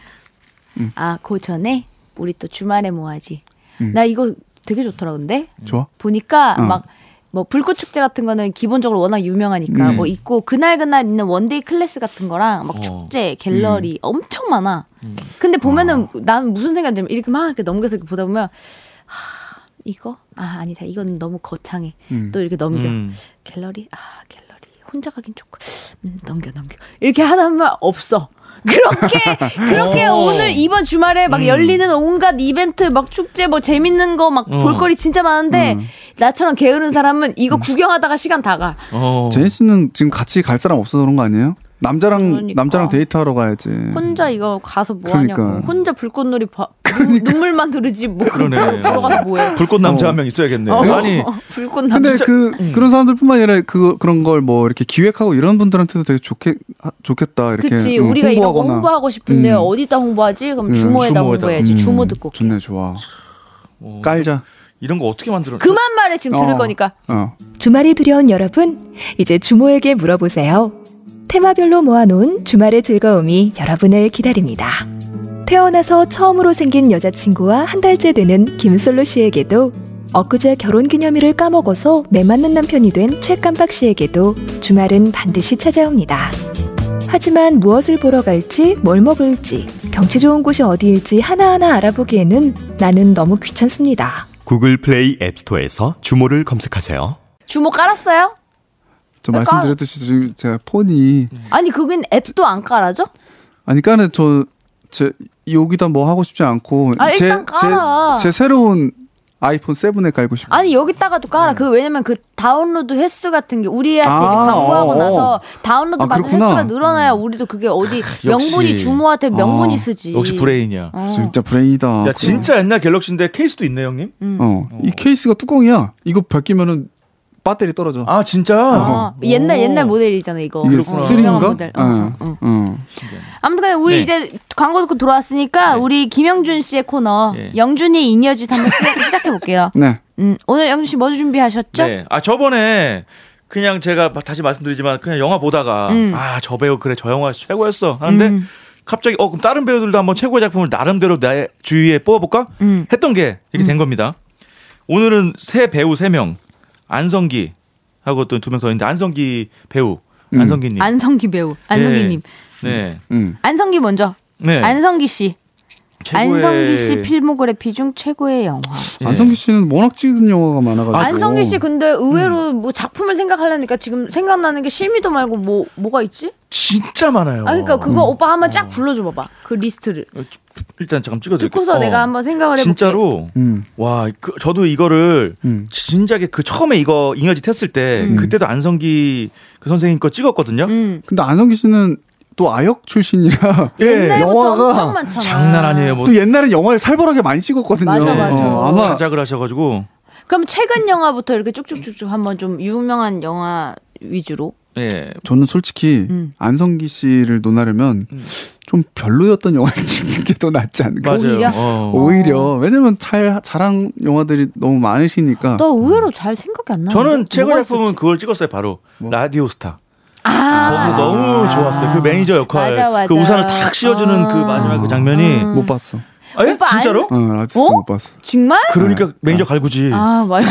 Speaker 3: 음.
Speaker 1: 아그 전에 우리 또 주말에 뭐하지?
Speaker 3: 음.
Speaker 1: 나 이거 되게 좋더라 근데
Speaker 4: 음.
Speaker 3: 좋아.
Speaker 1: 보니까
Speaker 3: 어.
Speaker 1: 막 뭐 불꽃 축제 같은 거는 기본적으로 워낙 유명하니까
Speaker 4: 음.
Speaker 1: 뭐 있고 그날 그날 있는 원데이 클래스 같은 거랑
Speaker 4: 어.
Speaker 1: 막 축제
Speaker 4: 음.
Speaker 1: 갤러리 엄청 많아. 근데
Speaker 4: 어.
Speaker 1: 보면은 난 무슨 생각이 들면 이렇게 막 이렇게 넘겨서 이렇게 보다 보면 하, 이거 아 아니다 이건 너무 거창해. 또 이렇게 넘겨
Speaker 4: 음.
Speaker 1: 갤러리 아 갤러리 혼자 가긴 조금 음, 넘겨 넘겨 이렇게 하다 보면 없어. 그렇게
Speaker 3: <laughs>
Speaker 1: 그렇게
Speaker 4: 오.
Speaker 1: 오늘 이번 주말에
Speaker 3: 음.
Speaker 1: 막 열리는 온갖 이벤트 막 축제 뭐 재밌는 거 막
Speaker 4: 어.
Speaker 1: 볼거리 진짜 많은데
Speaker 3: 음.
Speaker 1: 나처럼 게으른 사람은 이거 구경하다가 시간 다 가.
Speaker 4: 어.
Speaker 3: 제니 씨는 지금 같이 갈 사람 없어서 그런 거 아니에요? 남자랑
Speaker 1: 그러니까.
Speaker 3: 남자랑 데이트하러 가야지.
Speaker 1: 혼자 이거 가서 뭐 하냐고.
Speaker 3: 음. 그러니까.
Speaker 1: 혼자 불꽃놀이
Speaker 3: <laughs>
Speaker 1: 봐. 눈물만 흐르지 뭐
Speaker 4: 그러네.
Speaker 1: <laughs> 보러 가서 뭐 해.
Speaker 4: 불꽃 남자
Speaker 3: 어.
Speaker 4: 한 명 있어야겠네.
Speaker 1: 어,
Speaker 4: 아니
Speaker 1: <laughs> 불꽃 남
Speaker 3: 근데 그
Speaker 4: 음.
Speaker 3: 그런 사람들뿐만 아니라 그 그런 걸 뭐 이렇게 기획하고 이런 분들한테도 되게 좋게 하- 좋겠다 이렇게
Speaker 1: 그치
Speaker 3: 응,
Speaker 1: 우리가 이런 거
Speaker 3: 홍보하거나.
Speaker 1: 홍보하고 싶은데
Speaker 3: 음.
Speaker 1: 어디다 홍보하지? 그럼
Speaker 3: 음,
Speaker 1: 주모에다
Speaker 4: 주모에다.
Speaker 1: 홍보해야지.
Speaker 3: 음,
Speaker 1: 주모 듣고. 올게.
Speaker 3: 좋네 좋아
Speaker 4: 어,
Speaker 3: 깔자
Speaker 4: 이런 거 어떻게 만들어?
Speaker 1: 그만 말해 지금 들을
Speaker 3: 어.
Speaker 1: 거니까.
Speaker 3: 어
Speaker 5: 주말이 두려운 여러분, 이제 주모에게 물어보세요. 테마별로 모아놓은 주말의 즐거움이 여러분을 기다립니다. 태어나서 처음으로 생긴 여자친구와 한 달째 되는 김솔로 씨에게도 엊그제 결혼 기념일을 까먹어서 매맞는 남편이 된 최깜박 씨에게도 주말은 반드시 찾아옵니다. 하지만 무엇을 보러 갈지, 뭘 먹을지, 경치 좋은 곳이 어디일지 하나하나 알아보기에는 나는 너무 귀찮습니다.
Speaker 6: 구글 플레이 앱스토어에서 주모를 검색하세요.
Speaker 1: 주모 깔았어요?
Speaker 3: 저
Speaker 1: 깔-
Speaker 3: 말씀드렸듯이 지금 제가 폰이
Speaker 1: 아니 그건 앱도 안 깔아져?
Speaker 3: 아니 까는 저제 여기다 뭐 하고 싶지 않고
Speaker 1: 아,
Speaker 3: 제,
Speaker 1: 일단 깔아.
Speaker 3: 제, 제 새로운 아이폰 7에 깔고 싶어
Speaker 1: 아니 여기다가도 깔아. 그 왜냐면 그 다운로드 횟수 같은 게 우리한테 이제
Speaker 3: 아,
Speaker 1: 광고하고
Speaker 3: 어, 어.
Speaker 1: 나서 다운로드
Speaker 3: 아,
Speaker 1: 받는
Speaker 3: 그렇구나. 음.
Speaker 1: 횟수가 늘어나야 우리도 그게 어디 명분이 주모한테 명분이
Speaker 3: 아,
Speaker 1: 쓰지.
Speaker 4: 역시 브레인이야.
Speaker 1: 어.
Speaker 3: 진짜 브레인이다
Speaker 4: 야 진짜 옛날 갤럭시인데 케이스도 있네 형님.
Speaker 1: 음.
Speaker 3: 어. 이 케이스가 뚜껑이야 이거 벗기면은 배터리 떨어져
Speaker 4: 아 진짜.
Speaker 1: 아, 옛날 옛날 모델이잖아 이거.
Speaker 3: 이게
Speaker 4: 그렇구나.
Speaker 1: 유명한
Speaker 3: 3인가? 네.
Speaker 1: 모델. 어, 어, 어.
Speaker 3: 어.
Speaker 1: 아무튼 우리
Speaker 4: 네.
Speaker 1: 이제 광고 듣고 돌아왔으니까 우리 김영준 씨의 코너
Speaker 4: 예.
Speaker 1: 영준이 인여지 한번 시작해 <laughs> 볼게요.
Speaker 3: 네
Speaker 1: 음, 오늘 영준 씨 뭐 준비하셨죠?
Speaker 4: 네. 아 저번에 그냥 제가 마- 다시 말씀드리지만 그냥 영화 보다가
Speaker 1: 음.
Speaker 4: 아 저 배우 그래 저 영화 최고였어 하는데 갑자기 어 그럼 다른 배우들도 한번 최고의 작품을 나름대로 내 주위에 뽑아볼까
Speaker 1: 음.
Speaker 4: 했던 게 이렇게 된 겁니다. 오늘은 새 배우 세 명 안성기 하고 또 두 명 더 있는데 안성기 배우 안성기님.
Speaker 1: 안성기 배우 안성기님
Speaker 4: 네.
Speaker 3: 음.
Speaker 1: 안성기 먼저
Speaker 4: 네.
Speaker 1: 안성기 씨
Speaker 4: 최고의-
Speaker 1: 안성기 씨 필모그래피 중 최고의 영화.
Speaker 4: 예.
Speaker 3: 안성기 씨는 워낙 찍은 영화가
Speaker 4: 뭐.
Speaker 3: 많아가지고
Speaker 1: 안성기 씨 그- 근데 의외로
Speaker 4: 음.
Speaker 1: 뭐 작품을 생각하려니까 지금 생각나는 게 실미도 말고 뭐 뭐가 있지?
Speaker 4: 진짜 많아요.
Speaker 1: 아 그러니까 그거 오빠 한번 쫙 불러줘 봐봐 그 리스트를
Speaker 4: 음. 어, 일단 잠깐 찍어드릴게요.
Speaker 1: 듣고서
Speaker 4: 어.
Speaker 1: 내가 한번 생각을 해볼게.
Speaker 4: 진짜로
Speaker 3: 음.
Speaker 4: 와, 그, 저도 이거를
Speaker 3: 음.
Speaker 4: 진작에 그 처음에 이거 잉여지 tes을 때 그때도 안성기 그 선생님 거 찍었거든요.
Speaker 1: 음.
Speaker 3: 근데 안성기 씨는 또 아역 출신이라 <laughs> 예,
Speaker 1: 옛날부터
Speaker 3: 영화가
Speaker 1: 엄청 많잖아.
Speaker 4: 예, 장난 아니에요. 뭐 네.
Speaker 3: 또 옛날에 영화를 살벌하게 많이 찍었거든요.
Speaker 1: 맞아, 맞아.
Speaker 3: 어, 아마
Speaker 4: 자작을 하셔가지고
Speaker 1: 그럼 최근 영화부터 이렇게 쭉쭉쭉쭉 한번 좀 유명한 영화 위주로.
Speaker 4: 예.
Speaker 3: 저는 솔직히
Speaker 1: 음.
Speaker 3: 안성기 씨를 논하려면 좀 별로였던 영화를 <laughs> 찍는 게 더 낫지 않을까.
Speaker 4: 음. 맞아요.
Speaker 1: 오히려?
Speaker 4: 어.
Speaker 3: 오히려 왜냐면 잘 잘한 영화들이 너무 많으시니까.
Speaker 1: 나 의외로 잘 생각이 안 나.
Speaker 4: 아. 저는 최고 작품은 그걸 찍었어요. 바로
Speaker 3: 뭐?
Speaker 4: 라디오 스타.
Speaker 1: 아,
Speaker 4: 거기 너무 좋았어요. 그 매니저 역할,
Speaker 1: 맞아, 맞아.
Speaker 4: 그 우산을 탁 씌워주는 그
Speaker 1: 아.
Speaker 4: 마지막 그 장면이
Speaker 3: 못 봤어.
Speaker 4: 아, 예?
Speaker 1: 오빠 안-
Speaker 4: 진짜로?
Speaker 3: 어, 라디스타
Speaker 1: 음. 어?
Speaker 3: 못 봤어.
Speaker 1: 정말?
Speaker 4: 그러니까
Speaker 3: 네.
Speaker 4: 매니저 갈구지.
Speaker 1: 아 맞아.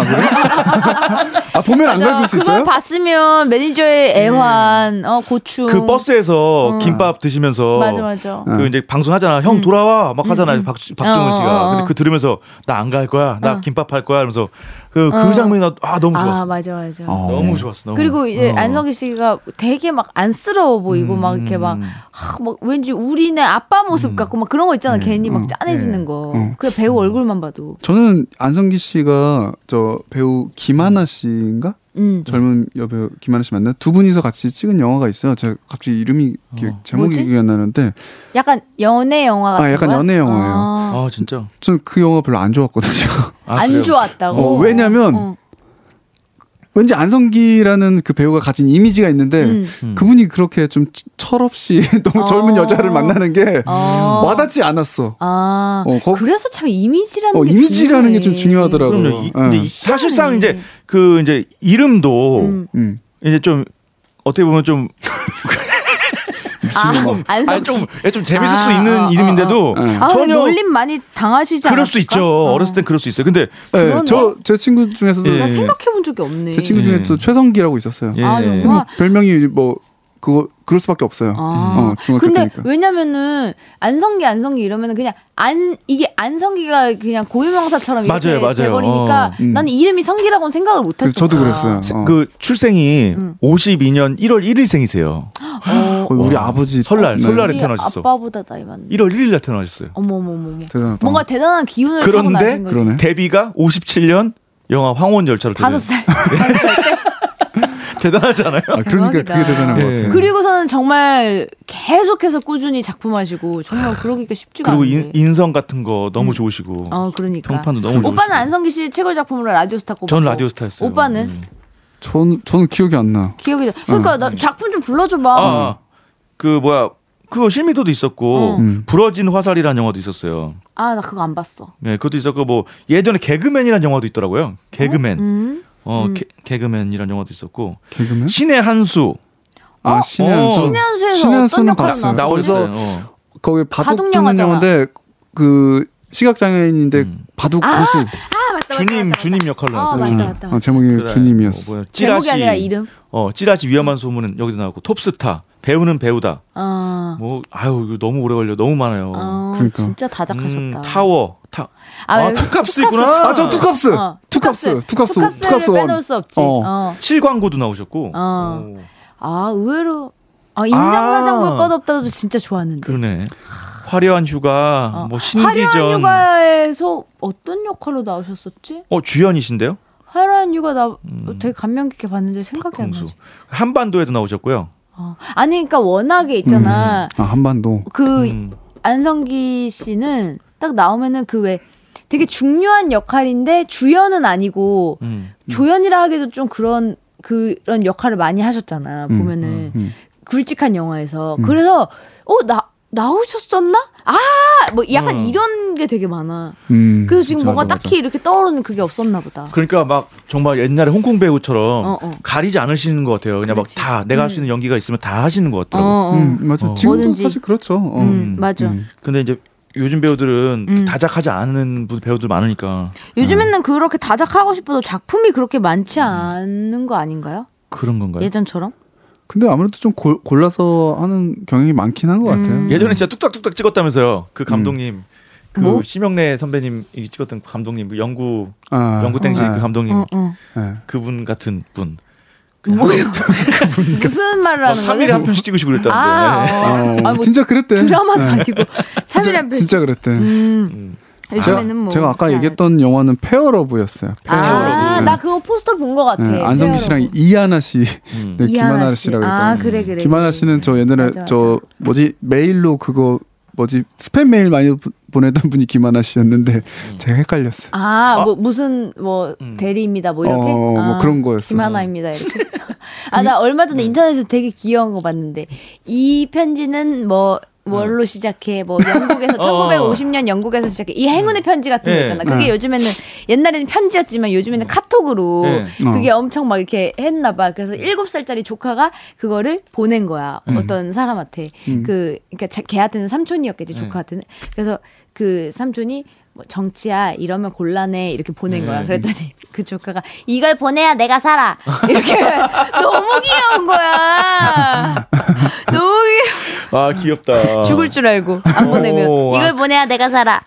Speaker 3: 아 보면
Speaker 1: <laughs>
Speaker 3: 안
Speaker 1: 맞아.
Speaker 3: 갈길 수
Speaker 1: 그걸
Speaker 3: 있어요?
Speaker 1: 봤으면 매니저의 애환, 어 고충.
Speaker 4: 그 버스에서 김밥 드시면서
Speaker 1: 맞아 맞아.
Speaker 4: 그 이제 방송 하잖아. 형 돌아와 막 하잖아요. 박 박정은 씨가.
Speaker 1: 어, 어, 어.
Speaker 4: 근데 그 들으면서 나 안 갈 거야. 나 김밥 할 거야. 이러면서 그 그 장면이 나, 아 너무 좋았어.
Speaker 1: 어. 아 맞아 맞아.
Speaker 3: 어.
Speaker 4: 너무 좋았어. 너무.
Speaker 1: 그리고 이제 안성기 씨가 되게 막 안쓰러워 보이고 막 이렇게
Speaker 3: 음.
Speaker 1: 막, 하, 막 왠지 우리네 아빠 모습 같고 막 그런 거 있잖아
Speaker 3: 네.
Speaker 1: 괜히
Speaker 3: 음.
Speaker 1: 막 짠해지는 거. 그 배우 얼굴만 봐도.
Speaker 3: 저는 안성기 씨가 저 배우 김하나 씨인가?
Speaker 1: 음.
Speaker 3: 젊은 여배우 김하나 씨 맞나? 두 분이서 같이 찍은 영화가 있어요. 제가 갑자기 이름이
Speaker 4: 어.
Speaker 3: 기억- 제목이
Speaker 1: 뭐지?
Speaker 3: 기억이 안 나는데
Speaker 1: 약간 연애 영화 같은
Speaker 3: 아, 약간
Speaker 1: 거야?
Speaker 3: 연애 영화예요.
Speaker 1: 아,
Speaker 4: 아 진짜.
Speaker 3: 저는 그 영화 별로 안 좋았거든요. <laughs>
Speaker 4: 아,
Speaker 1: 안
Speaker 4: 그래요?
Speaker 1: 좋았다고.
Speaker 3: 어, 왜냐면
Speaker 1: 어.
Speaker 3: 왠지 안성기라는 그 배우가 가진 이미지가 있는데
Speaker 1: 음.
Speaker 3: 그분이 그렇게 좀 처- 철없이 <laughs> 너무 젊은
Speaker 1: 어.
Speaker 3: 여자를 만나는 게
Speaker 1: 어.
Speaker 3: 와닿지 않았어.
Speaker 1: 아,
Speaker 3: 어, 거-
Speaker 1: 그래서 참 이미지라는
Speaker 3: 어,
Speaker 1: 게
Speaker 3: 이미지라는 게 좀
Speaker 1: 중요해.
Speaker 3: 중요하더라고요.
Speaker 4: 그럼요. 이,
Speaker 3: 예.
Speaker 4: 근데 이- 어. 사실상 이제 그 이제 이름도
Speaker 1: 음.
Speaker 3: 음.
Speaker 4: 이제 좀 어떻게 보면 <laughs> 좀
Speaker 1: 아, 안성
Speaker 4: 아니 좀, 예, 좀 재밌을 수
Speaker 1: 아,
Speaker 4: 있는
Speaker 1: 아, 아,
Speaker 4: 이름인데도
Speaker 3: 아.
Speaker 1: 아, 전혀
Speaker 4: 전혀
Speaker 1: 놀림 많이 당하시지 않았을까?
Speaker 4: 그럴 수 있죠.
Speaker 1: 어. 뭐
Speaker 4: 어. 렸을땐 그럴 수 있어요. 근데
Speaker 3: 예,
Speaker 1: 그러네.
Speaker 3: 저제 친구 중에서도
Speaker 1: 나
Speaker 4: 예.
Speaker 1: 생각해 본 적이 없네.
Speaker 3: 제 친구 중에 또 최성기라고 있었어요.
Speaker 4: 예.
Speaker 1: 아,
Speaker 3: 뭐
Speaker 1: 정말?
Speaker 3: 별명이 뭐 그거 그럴 수밖에 없어요.
Speaker 1: 아,
Speaker 3: 어, 중학교
Speaker 1: 근데
Speaker 3: 때니까.
Speaker 1: 왜냐면은 안성기 안성기 이러면은 그냥 안 이게 안성기가 그냥 고유명사처럼 이렇게
Speaker 4: 맞아요, 맞아요.
Speaker 1: 돼버리니까
Speaker 4: 어,
Speaker 3: 음.
Speaker 1: 나는 이름이 성기라고는 생각을 못
Speaker 3: 그,
Speaker 1: 했어. 음.
Speaker 3: 저도 그랬어요. 어.
Speaker 4: 그 출생이 52년 1월 1일생이세요.
Speaker 3: 거의 우리 아버지
Speaker 4: 설날,
Speaker 3: 네.
Speaker 4: 설날에
Speaker 1: 어.
Speaker 4: 태어나셨어.
Speaker 1: 아빠보다 나이 많네.
Speaker 4: 1월 1일 날 태어나셨어요.
Speaker 1: 어머 어머 어머.
Speaker 3: 대단하다.
Speaker 1: 뭔가 대단한 기운을 타고
Speaker 4: 그런데
Speaker 1: 나신 거지.
Speaker 3: 그러네.
Speaker 4: 데뷔가 57년 영화 황혼 열차로
Speaker 1: 다섯
Speaker 4: 데뷔.
Speaker 1: 살. 다섯 살 때.
Speaker 4: 대단하잖아요.
Speaker 3: 아, 그러니까
Speaker 1: 대박이다.
Speaker 3: 그게 대단한 것
Speaker 4: 예.
Speaker 3: 같아요.
Speaker 1: 그리고서는 정말 계속해서 꾸준히 작품하시고 정말 그러기가 쉽지가
Speaker 4: <laughs> 그리고
Speaker 1: 않은데.
Speaker 4: 인, 인성 같은 거 너무 좋으시고
Speaker 1: 어 그러니까.
Speaker 4: 평판도 너무 좋으시고.
Speaker 1: 오빠는 안성기 씨 최고의 작품으로 라디오스타 꼽고.
Speaker 4: 전 라디오스타였어요.
Speaker 1: 뭐? 오빠는
Speaker 4: 음.
Speaker 3: 전 저는 기억이 안 나.
Speaker 1: 기억이 나. 그러니까 나 작품 좀 불러줘봐.
Speaker 4: 아, 아, 그 뭐야 그 실미도도
Speaker 1: 어.
Speaker 4: 있었고
Speaker 3: 음.
Speaker 4: 부러진 화살이라는 영화도 있었어요.
Speaker 1: 아, 나 그거 안 봤어.
Speaker 4: 네, 그것도 있었고 뭐 예전에 개그맨이라는 영화도 있더라고요. 개그맨. 어,
Speaker 1: 음.
Speaker 4: 개, 개그맨이라는 영화도 있었고
Speaker 3: 개그맨?
Speaker 4: 신의 한수
Speaker 3: 아 신의
Speaker 4: 어.
Speaker 3: 한수.
Speaker 1: 신의 한수에서
Speaker 3: 신의
Speaker 1: 어떤
Speaker 3: 한수는
Speaker 1: 역할을
Speaker 3: 봤어요.
Speaker 1: 음. 나왔어요?
Speaker 4: 나오셨어요.
Speaker 3: 그래서
Speaker 4: 어.
Speaker 3: 거기
Speaker 1: 바둑
Speaker 3: 바둑 두는
Speaker 1: 영화잖아.
Speaker 3: 영화인데 그 시각 장애인인데
Speaker 4: 음.
Speaker 3: 바둑 고수.
Speaker 1: 아, 맞다, 맞다.
Speaker 4: 주님
Speaker 1: 맞다,
Speaker 4: 주님 역할로
Speaker 1: 맞다. 어,
Speaker 4: 나왔어요.
Speaker 1: 맞다,
Speaker 3: 주님.
Speaker 1: 맞다.
Speaker 3: 어, 제목이
Speaker 4: 그다음에
Speaker 3: 주님이었어.
Speaker 4: 뭐 뭐야,
Speaker 1: 제목이
Speaker 4: 찌라시
Speaker 1: 아니라 이름.
Speaker 4: 어 찌라시 위험한 소문은 여기도 나왔고 톱스타 배우는 배우다
Speaker 1: 어.
Speaker 4: 뭐 아유 이거 너무 오래 걸려 너무 많아요.
Speaker 1: 어,
Speaker 3: 그러니까.
Speaker 1: 진짜 다작하셨다.
Speaker 4: 음, 타워 타. 아,
Speaker 1: 왜-
Speaker 4: 투캅스 있구나.
Speaker 3: 아저 투캅스.
Speaker 1: 어,
Speaker 3: 투캅스. 투캅스.
Speaker 1: 투캅스를
Speaker 3: 원.
Speaker 1: 빼놓을 수 없지.
Speaker 3: 어.
Speaker 1: 어.
Speaker 4: 칠광구도 나오셨고.
Speaker 1: 어.
Speaker 4: 오,
Speaker 1: 아, 의외로 아, 인장사장
Speaker 4: 아.
Speaker 1: 볼 것 없다도 진짜 좋았는데.
Speaker 4: 그러네. 화려한 휴가,
Speaker 1: 어.
Speaker 4: 뭐 신기전.
Speaker 1: 화려한 육아에서 어떤 역할로 나오셨었지?
Speaker 4: 어 주연이신데요?
Speaker 1: 화려한 육아 나 되게 감명 깊게 봤는데 생각이 안
Speaker 4: 공수.
Speaker 1: 나지.
Speaker 4: 한반도에도 나오셨고요.
Speaker 1: 어. 아니 그러니까 워낙에 있잖아.
Speaker 3: 아 한반도.
Speaker 1: 그
Speaker 4: 음.
Speaker 1: 안성기 씨는 딱 나오면은 그 왜 되게 중요한 역할인데 주연은 아니고
Speaker 4: 음.
Speaker 1: 조연이라 하기도 좀 그런 그런 역할을 많이 하셨잖아
Speaker 3: 음,
Speaker 1: 보면은
Speaker 3: 음.
Speaker 1: 굵직한 영화에서 그래서 어 나 나오셨었나 아 뭐 약간
Speaker 4: 음.
Speaker 1: 이런 게 되게 많아
Speaker 3: 음.
Speaker 1: 그래서 지금
Speaker 3: 진짜
Speaker 1: 뭔가
Speaker 3: 맞아, 맞아.
Speaker 1: 딱히 이렇게 떠오르는 그게 없었나 보다
Speaker 4: 그러니까 막 정말 옛날에 홍콩 배우처럼
Speaker 1: 어, 어.
Speaker 4: 가리지 않으시는 것 같아요. 그냥
Speaker 1: 그렇지. 음.
Speaker 4: 막 다 내가 할 수 있는 연기가 있으면 다 하시는 것
Speaker 1: 어,
Speaker 4: 같더라고. 요
Speaker 1: 어.
Speaker 3: 음, 맞아.
Speaker 4: 어.
Speaker 3: 지금도
Speaker 1: 뭐든지.
Speaker 3: 사실 그렇죠. 어.
Speaker 1: 음, 맞아
Speaker 3: 음.
Speaker 4: 근데 이제 요즘 배우들은
Speaker 1: 음.
Speaker 4: 다작하지 않은 분- 배우들 많으니까
Speaker 1: 요즘에는 그렇게 다작하고 싶어도 작품이 그렇게 많지
Speaker 3: 음.
Speaker 1: 않은 거 아닌가요
Speaker 4: 그런 건가요?
Speaker 1: 예전처럼
Speaker 3: 근데 아무래도 좀 골, 골라서 하는 경향이 많긴 한 것 같아요.
Speaker 1: 음.
Speaker 4: 예전에 진짜 뚝딱뚝딱 찍었다면서요.
Speaker 3: 음.
Speaker 4: 그 감독님. 그
Speaker 1: 뭐?
Speaker 4: 심영래 선배님 이 찍었던 감독님 그 영구
Speaker 3: 아,
Speaker 4: 영구 땡신
Speaker 3: 네.
Speaker 4: 그 감독님
Speaker 1: 어, 어.
Speaker 3: 네.
Speaker 4: 그분 같은 분. 뭐,
Speaker 1: 무슨 말을
Speaker 4: 막
Speaker 1: 하는
Speaker 4: 3일에
Speaker 1: 거예요?
Speaker 4: 어, 한 편씩 찍으시고 그랬다는데.
Speaker 1: 아,
Speaker 4: 네.
Speaker 1: 어.
Speaker 3: 아,
Speaker 1: 아, 뭐
Speaker 3: 진짜 그랬대. 네.
Speaker 1: 드라마도 아니고 3일에 한 편씩
Speaker 3: 진짜 그랬대.
Speaker 1: 음.
Speaker 3: 제가,
Speaker 1: 요즘에는 뭐
Speaker 3: 제가 아까
Speaker 1: 그렇지
Speaker 3: 얘기했던 영화는 페어러브였어요.
Speaker 1: 않아요. 아, 나 그거 포스터 본 것 같아.
Speaker 3: 네, 안성기 씨랑
Speaker 1: 페어로.
Speaker 3: 이하나 씨,
Speaker 4: 음.
Speaker 3: 네, 김하나
Speaker 1: 이하나
Speaker 3: 씨라고 했던.
Speaker 1: 아, 그래 그래.
Speaker 3: 김하나 씨는 저 옛날에
Speaker 1: 맞아, 맞아.
Speaker 3: 저 뭐지 메일로 그거 뭐지 스팸 메일 많이 보- 보내던 분이 김하나 씨였는데
Speaker 4: 음.
Speaker 3: 제가 헷갈렸어. 음.
Speaker 1: 아, 뭐 무슨 뭐 대리입니다. 뭐 이렇게.
Speaker 3: 어,
Speaker 1: 아,
Speaker 3: 뭐 그런 거였어.
Speaker 1: 김하나입니다.
Speaker 3: <laughs>
Speaker 1: 이렇게.
Speaker 3: 네. 어.
Speaker 1: 아, 나 얼마 전에 인터넷에서 되게 귀여운 거 봤는데 이 편지는 뭐 뭘로 시작해 뭐
Speaker 3: <laughs>
Speaker 1: 영국에서 1950년 영국에서 시작해 이 행운의 편지 같은 거
Speaker 4: 예.
Speaker 1: 있잖아 그게
Speaker 3: 네. 음.
Speaker 1: 요즘에는 옛날에는 편지였지만 요즘에는 카톡으로
Speaker 3: 네.
Speaker 4: 예.
Speaker 3: 어.
Speaker 1: 그게 엄청 막 이렇게 했나 봐
Speaker 3: 음.
Speaker 1: 그래서 7살짜리 조카가 그거를 보낸 거야 어떤 사람한테
Speaker 3: 음.
Speaker 1: 그 그러니까 자- 걔한테는
Speaker 3: 네.
Speaker 1: 삼촌이었겠지 조카한테는 그래서 그 삼촌이 뭐 정치야 이러면 곤란해 이렇게
Speaker 3: 네.
Speaker 1: 보낸 거야 그랬더니
Speaker 3: 음.
Speaker 1: 그 조카가 이걸 보내야 내가
Speaker 3: <laughs>
Speaker 1: 살아 이렇게 너무 귀여운
Speaker 3: <laughs>
Speaker 1: 거야 너무 귀여워
Speaker 4: 아
Speaker 3: 어.
Speaker 4: 귀엽다.
Speaker 1: 죽을 줄 알고 안 보내면
Speaker 4: 오,
Speaker 1: 이걸 보내야 내가 살아.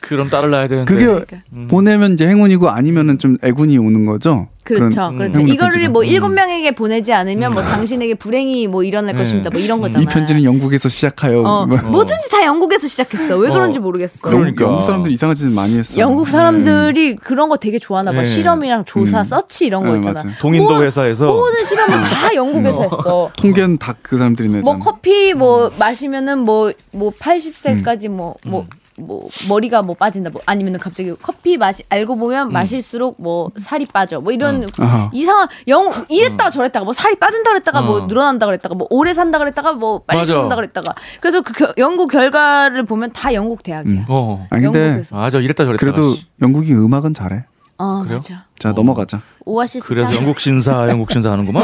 Speaker 4: 그럼 딸을 낳아야 되는데.
Speaker 3: 그게
Speaker 1: 네.
Speaker 4: 음.
Speaker 3: 보내면 이제 행운이고 아니면은 좀 애군이 오는 거죠.
Speaker 1: 그렇죠,
Speaker 3: 그런
Speaker 1: 그렇죠.
Speaker 3: 행운의
Speaker 1: 이거를
Speaker 3: 편지가.
Speaker 1: 뭐 일곱 명에게 보내지 않으면 뭐 당신에게 불행이 뭐 일어날 것입니다. 뭐 이런 거잖아.
Speaker 3: 네. 이 편지는 영국에서 시작하여.
Speaker 1: 어,
Speaker 3: 뭐. <laughs>
Speaker 1: 뭐든지 다 영국에서 시작했어. 왜 그런지 모르겠어.
Speaker 4: 그럼-
Speaker 3: 영국- 영국 사람들 이상한 짓을 많이 했어.
Speaker 1: 영국 사람들이 그런 거 되게 좋아하나 봐.
Speaker 4: 네.
Speaker 1: 실험이랑 조사,
Speaker 3: 음.
Speaker 1: 서치 이런 거
Speaker 3: 네,
Speaker 1: 있잖아.
Speaker 3: 맞아요.
Speaker 4: 동인도
Speaker 1: 뭐-
Speaker 4: 회사에서
Speaker 1: 모든 실험을 다 영국에서 했어.
Speaker 3: 통계는 다 그 사람들이 내잖아.
Speaker 1: 뭐 커피 뭐
Speaker 3: 음.
Speaker 1: 마시면은 뭐 뭐 80세까지 뭐 뭐 뭐 머리가 뭐 빠진다 뭐 아니면은 갑자기 커피 마시 알고 보면 마실수록 뭐 살이 빠져 뭐 이런
Speaker 3: 음. 어. 아하. 음.
Speaker 1: 이상한 영 이랬다가 저랬다가 뭐 살이 빠진다 그랬다가 뭐 늘어난다 그랬다가 뭐 오래 산다 그랬다가 뭐 빨리
Speaker 4: 맞아.
Speaker 1: 죽는다 그랬다가 그래서 그 겨- 연구 결과를 보면 다 영국 대학이야
Speaker 3: 음.
Speaker 4: 어.
Speaker 3: 아니 근데
Speaker 1: 영국에서
Speaker 4: 아저 이랬다 저랬다.
Speaker 3: 그래도 영국이 음악은 잘해.
Speaker 1: 어
Speaker 4: 그래요?
Speaker 1: 맞아
Speaker 3: 자 넘어가자.
Speaker 1: 오아시스
Speaker 4: 그래서
Speaker 1: 짱. <laughs>
Speaker 4: 영국 신사 영국 신사 하는구만.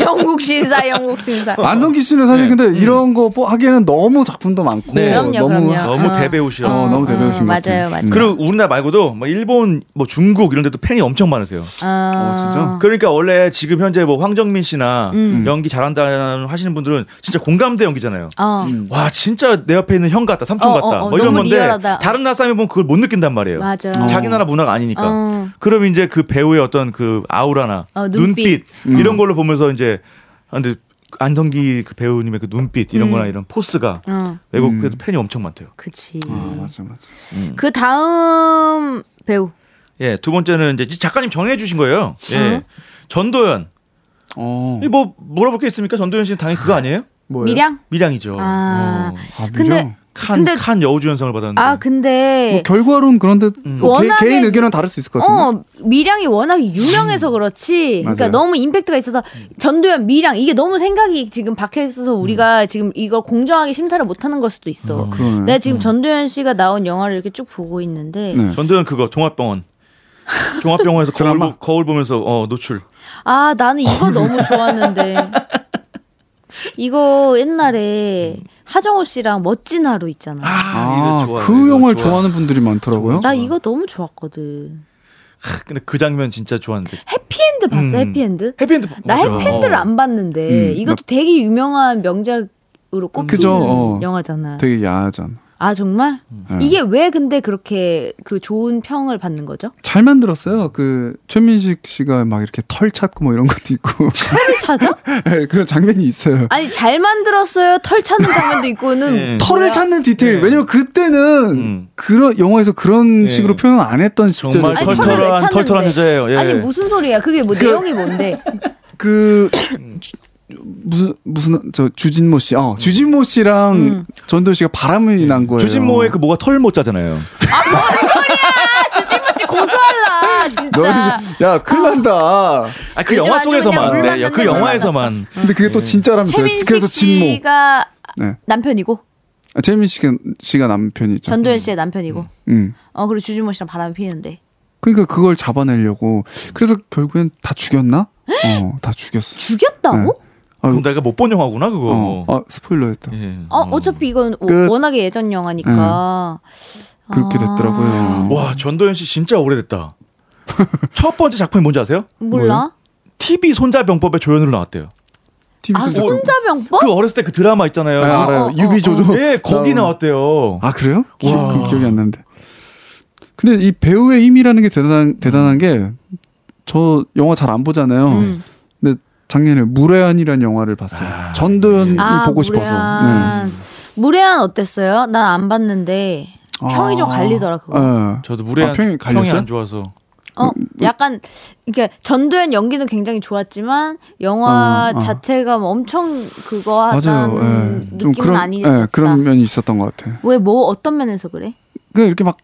Speaker 1: 영국 신사 영국 신사
Speaker 4: 어.
Speaker 3: 안성기 씨는 사실 근데 이런 거 뽀- 하기에는 너무 작품도 많고
Speaker 4: 음. 네.
Speaker 1: 그럼요,
Speaker 3: 너무
Speaker 1: 그럼요.
Speaker 4: 너무
Speaker 1: 어.
Speaker 4: 대배우시라.
Speaker 3: 어, <laughs> 너무 대배우신 것 같아요.
Speaker 1: 맞아요 맞아요
Speaker 4: 그리고 우리나라 말고도 뭐 일본, 뭐 중국 이런 데도 팬이 엄청 많으세요.
Speaker 1: 아,
Speaker 3: 어, 진짜?
Speaker 4: 그러니까 원래 지금 현재 뭐 황정민 씨나
Speaker 1: 음.
Speaker 4: 연기 잘한다 하시는 분들은 진짜 공감대 연기잖아요.
Speaker 1: 어.
Speaker 3: 음.
Speaker 4: 와 진짜 내 옆에 있는 형 같다, 삼촌
Speaker 1: 어,
Speaker 4: 같다,
Speaker 1: 어, 어,
Speaker 4: 뭐 이런
Speaker 1: 너무
Speaker 4: 건데
Speaker 1: 리얼하다.
Speaker 4: 다른 나라 사람이 보면 그걸 못 느낀단 말이에요.
Speaker 1: 맞아요.
Speaker 4: 자기 나라 문화가 아니니까.
Speaker 1: 어.
Speaker 4: 그럼 이제 그 배우의 어떤 그 아우라나
Speaker 1: 어, 눈빛.
Speaker 4: 눈빛, 이런 걸로 보면서 이제 아, 근데 안성기 그 배우님의 그 눈빛
Speaker 1: 음.
Speaker 4: 이런거나 이런 포스가
Speaker 1: 어.
Speaker 4: 외국에도 팬이 엄청 많대요.
Speaker 1: 그치
Speaker 3: 아, 맞아 맞아.
Speaker 1: 그 다음 배우
Speaker 4: 예, 두 번째는 이제 작가님 정해 주신
Speaker 1: 어?
Speaker 4: 거예요. 예. 전도연.
Speaker 3: 어
Speaker 4: 이뭐 물어볼 게 있습니까? 전도연 씨는 당연히 그거 아니에요?
Speaker 3: 뭐예요?
Speaker 1: 미량
Speaker 4: 미량이죠.
Speaker 1: 아.
Speaker 4: 어.
Speaker 3: 아,
Speaker 1: 근데-
Speaker 3: 미량?
Speaker 4: 칸,
Speaker 1: 근데-
Speaker 4: 칸 여우주연상을 받았는데.
Speaker 1: 아 근데
Speaker 3: 뭐 결과론 그런데
Speaker 4: 음.
Speaker 3: 뭐 개,
Speaker 1: 워낙에-
Speaker 3: 개인 의견은 다를 수 있을 것 같은데.
Speaker 1: 어 미량이 워낙 유명해서 그렇지 그러니까
Speaker 3: 음. 맞아요.
Speaker 1: 너무 임팩트가 있어서 전도연 미량 이게 너무 생각이 지금 박혀 있어서 우리가 지금 이걸 공정하게 심사를 못하는 걸 수도 있어.
Speaker 3: 음. 아, 그러네. 음.
Speaker 1: 내가 지금 전도연 씨가 나온 영화를 이렇게 쭉 보고 있는데
Speaker 3: 네.
Speaker 4: 전도연
Speaker 1: <laughs>
Speaker 4: 그거 종합병원. 종합병원에서 거울,
Speaker 3: 드라마?
Speaker 4: 거울 보면서 어 노출.
Speaker 1: 아 나는 이거 너무
Speaker 3: <laughs>
Speaker 1: 좋았는데 이거 옛날에 하정우 씨랑 멋진 하루 있잖아.
Speaker 4: 이거
Speaker 3: 아,
Speaker 4: 좋아요,
Speaker 3: 그
Speaker 4: 이거
Speaker 3: 영화를
Speaker 4: 좋아요.
Speaker 3: 좋아하는 분들이 많더라고요.
Speaker 1: 나 이거 너무 좋았거든.
Speaker 4: 근데 그 장면 진짜 좋았는데.
Speaker 1: 해피엔드 봤어
Speaker 4: 음.
Speaker 1: 해피엔드?
Speaker 4: 해피엔드 봐-
Speaker 1: 나
Speaker 4: 맞아.
Speaker 1: 해피엔드를
Speaker 4: 어.
Speaker 1: 안 봤는데
Speaker 3: 음,
Speaker 1: 이것도 되게 유명한 명작으로 꼽히는
Speaker 3: 그죠, 어.
Speaker 1: 영화잖아.
Speaker 3: 되게 야하잖아.
Speaker 1: 아 정말?
Speaker 3: 네.
Speaker 1: 이게 왜 근데 그렇게 그 좋은 평을 받는 거죠?
Speaker 3: 잘 만들었어요. 그 최민식 씨가 막 이렇게 털 찾고 뭐 이런 것도 있고 <laughs>
Speaker 1: 털 찾아?
Speaker 3: 네, 그런 장면이 있어요.
Speaker 1: 아니 잘 만들었어요. 털 찾는 장면도 있고는
Speaker 4: 네.
Speaker 3: 털을 찾는 디테일. 왜냐면 그때는
Speaker 4: 음.
Speaker 3: 그런 영화에서 그런
Speaker 4: 예.
Speaker 3: 식으로 표현 안 했던 실제로.
Speaker 4: 정말
Speaker 1: 아니, 털을 왜
Speaker 4: 털털한
Speaker 1: 찾는데?
Speaker 4: 털털한 여자예요. 예.
Speaker 1: 아니 무슨 소리야? 그게 뭐 내용이
Speaker 3: <laughs>
Speaker 1: 뭔데?
Speaker 3: 그 주- 무슨 무슨 저 주진모 씨, 어 주진모 씨랑
Speaker 1: 음.
Speaker 3: 전도 씨가 바람이 난 거예요.
Speaker 4: 음. 네. 주진모의 그 뭐가 털 모자잖아요.
Speaker 1: 아 주진모 씨 고소할라
Speaker 3: 너는
Speaker 1: 진짜.
Speaker 3: 야 큰일 난다.
Speaker 4: 아, 그
Speaker 1: 요즘
Speaker 4: 영화
Speaker 1: 아주 그냥
Speaker 4: 속에서만.
Speaker 1: 물만
Speaker 4: 네, 그
Speaker 1: 듣는
Speaker 4: 영화에서만.
Speaker 3: 근데 그게
Speaker 4: 네.
Speaker 3: 또 진짜라면서
Speaker 1: 최민식
Speaker 3: 그래서 진모.
Speaker 1: 씨가
Speaker 3: 네.
Speaker 1: 남편이고
Speaker 3: 아, 최민식 씨가- 씨가 남편이죠.
Speaker 1: 전도연 씨의 남편이고
Speaker 3: 음.
Speaker 1: 어 그리고 주진모 씨랑 바람이 피는데
Speaker 3: 그러니까 그걸 잡아내려고 그래서 결국엔 다 죽였나? 어, 다 죽였어.
Speaker 1: 죽였다고?
Speaker 3: 네. 아,
Speaker 4: 그럼 내가 못 본 영화구나 그거.
Speaker 3: 어, 아, 스포일러였다.
Speaker 4: 예.
Speaker 1: 어, 어차피 이건 워-
Speaker 3: 끝.
Speaker 1: 워낙에 예전 영화니까.
Speaker 3: 그렇게
Speaker 1: 아,
Speaker 3: 됐더라고요. 어.
Speaker 4: 와 전도연 씨 진짜 <laughs> 오래됐다. 첫 번째 작품이 뭔지 아세요?
Speaker 3: 음.
Speaker 1: 몰라?
Speaker 4: TV 손자병법에 조연으로 나왔대요.
Speaker 3: TV
Speaker 1: 아,
Speaker 3: 소재.
Speaker 1: 혼자병법?
Speaker 4: 그 어렸을 때 그 드라마 있잖아요.
Speaker 3: 아, 알아요.
Speaker 1: 어, 어,
Speaker 3: 유비 조조.
Speaker 4: 예, <laughs> 거기
Speaker 3: 나오는-
Speaker 4: 나왔대요.
Speaker 3: 아 그래요? 기,
Speaker 4: 와.
Speaker 3: 그 기억이 안 나는데. 근데 이 배우의 힘이라는 게 대단한 대단한 게 저 영화 잘 안 보잖아요.
Speaker 1: 음.
Speaker 3: 근데 작년에 무례한이라는 영화를 봤어요.
Speaker 4: 아,
Speaker 3: 전도연이 보고 싶어서. 네.
Speaker 1: 아, 무례한. 무례한 어땠어요? 난 안 봤는데 평이 좀
Speaker 3: 아. 그,
Speaker 1: 갈리더라 그거.
Speaker 3: 예.
Speaker 4: 저도 무례한
Speaker 3: 아,
Speaker 4: 평이,
Speaker 3: 평이 갈렸어요?
Speaker 4: 안 좋아서.
Speaker 1: 어, 약간 이게 전도연 연기는 굉장히 좋았지만 영화
Speaker 3: 어, 어.
Speaker 1: 자체가 뭐 엄청 그거
Speaker 3: 맞아요. 예.
Speaker 1: 하다는
Speaker 3: 좀
Speaker 1: 느낌은
Speaker 3: 그런
Speaker 1: 아니었다.
Speaker 3: 예, 그런 면이 있었던 것 같아요.
Speaker 1: 왜 뭐 어떤 면에서 그래?
Speaker 3: 그 이렇게 막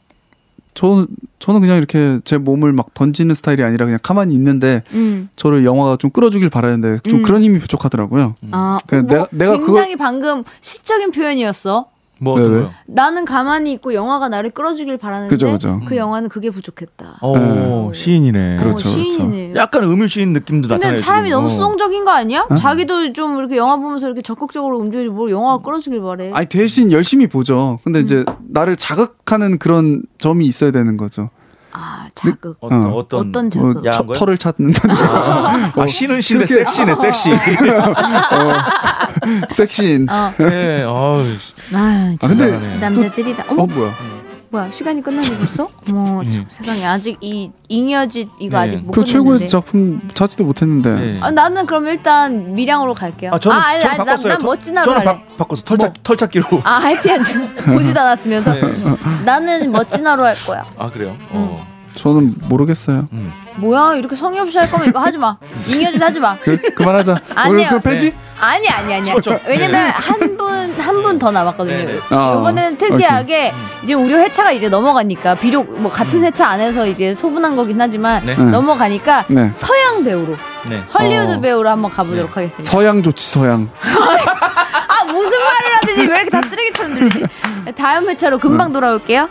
Speaker 3: 저, 저는 그냥 이렇게 제 몸을 막 던지는 스타일이 아니라 그냥 가만히 있는데
Speaker 1: 음.
Speaker 3: 저를 영화가 좀 끌어주길 바라는데 좀
Speaker 1: 음.
Speaker 3: 그런 힘이 부족하더라고요.
Speaker 1: 아,
Speaker 3: 음. 그냥
Speaker 1: 어머,
Speaker 3: 내가- 내가 그걸-
Speaker 1: 굉장히 방금 시적인 표현이었어.
Speaker 4: 뭐
Speaker 3: 왜,
Speaker 4: 어떤
Speaker 3: 왜?
Speaker 4: 거요?
Speaker 1: 나는 가만히 있고 영화가 나를 끌어주길 바라는데
Speaker 3: 그죠, 그죠.
Speaker 4: 음.
Speaker 1: 그 영화는 그게 부족했다.
Speaker 4: 어, 오,
Speaker 1: 어,
Speaker 4: 시인이네.
Speaker 3: 그렇죠, 그렇죠.
Speaker 1: 시인이네요.
Speaker 4: 약간 음유시인 느낌도
Speaker 1: 근데
Speaker 4: 나타내요.
Speaker 1: 사람이
Speaker 4: 지금.
Speaker 1: 너무
Speaker 4: 어.
Speaker 1: 수동적인 거 아니야? 자기도 좀 이렇게 영화 보면서 이렇게 적극적으로 움직이지 뭘 영화가 끌어주길 바래.
Speaker 3: 아니 대신 열심히 보죠.
Speaker 1: 음.
Speaker 3: 근데 이제 나를 자극하는 그런 점이 있어야 되는 거죠.
Speaker 1: 아 자극.
Speaker 4: 그 어떤
Speaker 3: 어.
Speaker 4: 어떤,
Speaker 1: 어떤
Speaker 3: 뭐
Speaker 1: 자극?
Speaker 4: 야-
Speaker 3: 처-
Speaker 4: 거야?
Speaker 3: 털을 찾는다든가
Speaker 4: 아, 시는 시인데
Speaker 3: 그렇게- 어,
Speaker 4: 섹시네,
Speaker 3: <laughs>
Speaker 4: 섹시.
Speaker 3: 섹시인.
Speaker 1: 어.
Speaker 4: 네, 어우,
Speaker 1: 아유,
Speaker 3: 아
Speaker 4: 네.
Speaker 3: 근데
Speaker 1: 남자들이다. 어머,
Speaker 3: 어 뭐야?
Speaker 1: 뭐야 시간이 끝나고
Speaker 4: <laughs>
Speaker 1: 벌써?
Speaker 4: 음.
Speaker 1: 어머 참, 세상에 아직 이 잉여짓 이거
Speaker 4: 네.
Speaker 1: 아직 못
Speaker 3: 그 최고의
Speaker 1: 끝냈는데.
Speaker 3: 작품 찾지도 못했는데.
Speaker 4: 네.
Speaker 1: 아, 나는 그럼 일단 미량으로 갈게요.
Speaker 4: 아, 저는,
Speaker 1: 아니,
Speaker 4: 저는
Speaker 1: 아니, 난,
Speaker 4: 바꿨어요.
Speaker 1: 난
Speaker 4: 털-
Speaker 1: 멋진 하루
Speaker 4: 저는
Speaker 1: 할래.
Speaker 4: 바, 바꿨어. 털찾
Speaker 3: 뭐?
Speaker 4: 털찾기로.
Speaker 1: 아 해피엔드
Speaker 3: <laughs>
Speaker 1: 보지도 않았으면서
Speaker 4: 네.
Speaker 1: 나는 멋진 하루 할 거야.
Speaker 4: 아 그래요?
Speaker 1: 음.
Speaker 4: 어.
Speaker 3: 저는 모르겠어요.
Speaker 1: 뭐야 이렇게 성의 없이 할 거면 이거 하지 마. 잉여짓 하지 마.
Speaker 3: 그, 그만하자.
Speaker 1: <laughs>
Speaker 3: 오늘
Speaker 1: 아니에요.
Speaker 3: 그거
Speaker 4: 네.
Speaker 3: 빼지?
Speaker 1: 아니 아니 아니야. 왜냐면 한 분 한 분 더 남았거든요.
Speaker 4: 네네.
Speaker 3: 아,
Speaker 1: 이번에는 특이하게 이제 우리 회차가 이제 넘어가니까 비록 뭐 같은 회차 안에서 이제 소분한 거긴 하지만
Speaker 4: 음. 네.
Speaker 1: 넘어가니까
Speaker 3: 네.
Speaker 1: 서양 배우로
Speaker 4: 네.
Speaker 1: 헐리우드
Speaker 3: 어.
Speaker 1: 배우로 한번 가보도록 하겠습니다.
Speaker 3: 서양 좋지 서양.
Speaker 1: 아 무슨 말을 하든지 왜 이렇게 다 쓰레기처럼
Speaker 4: <laughs>
Speaker 1: 들리지? 다음
Speaker 3: 어.
Speaker 1: 회차로 금방 돌아올게요.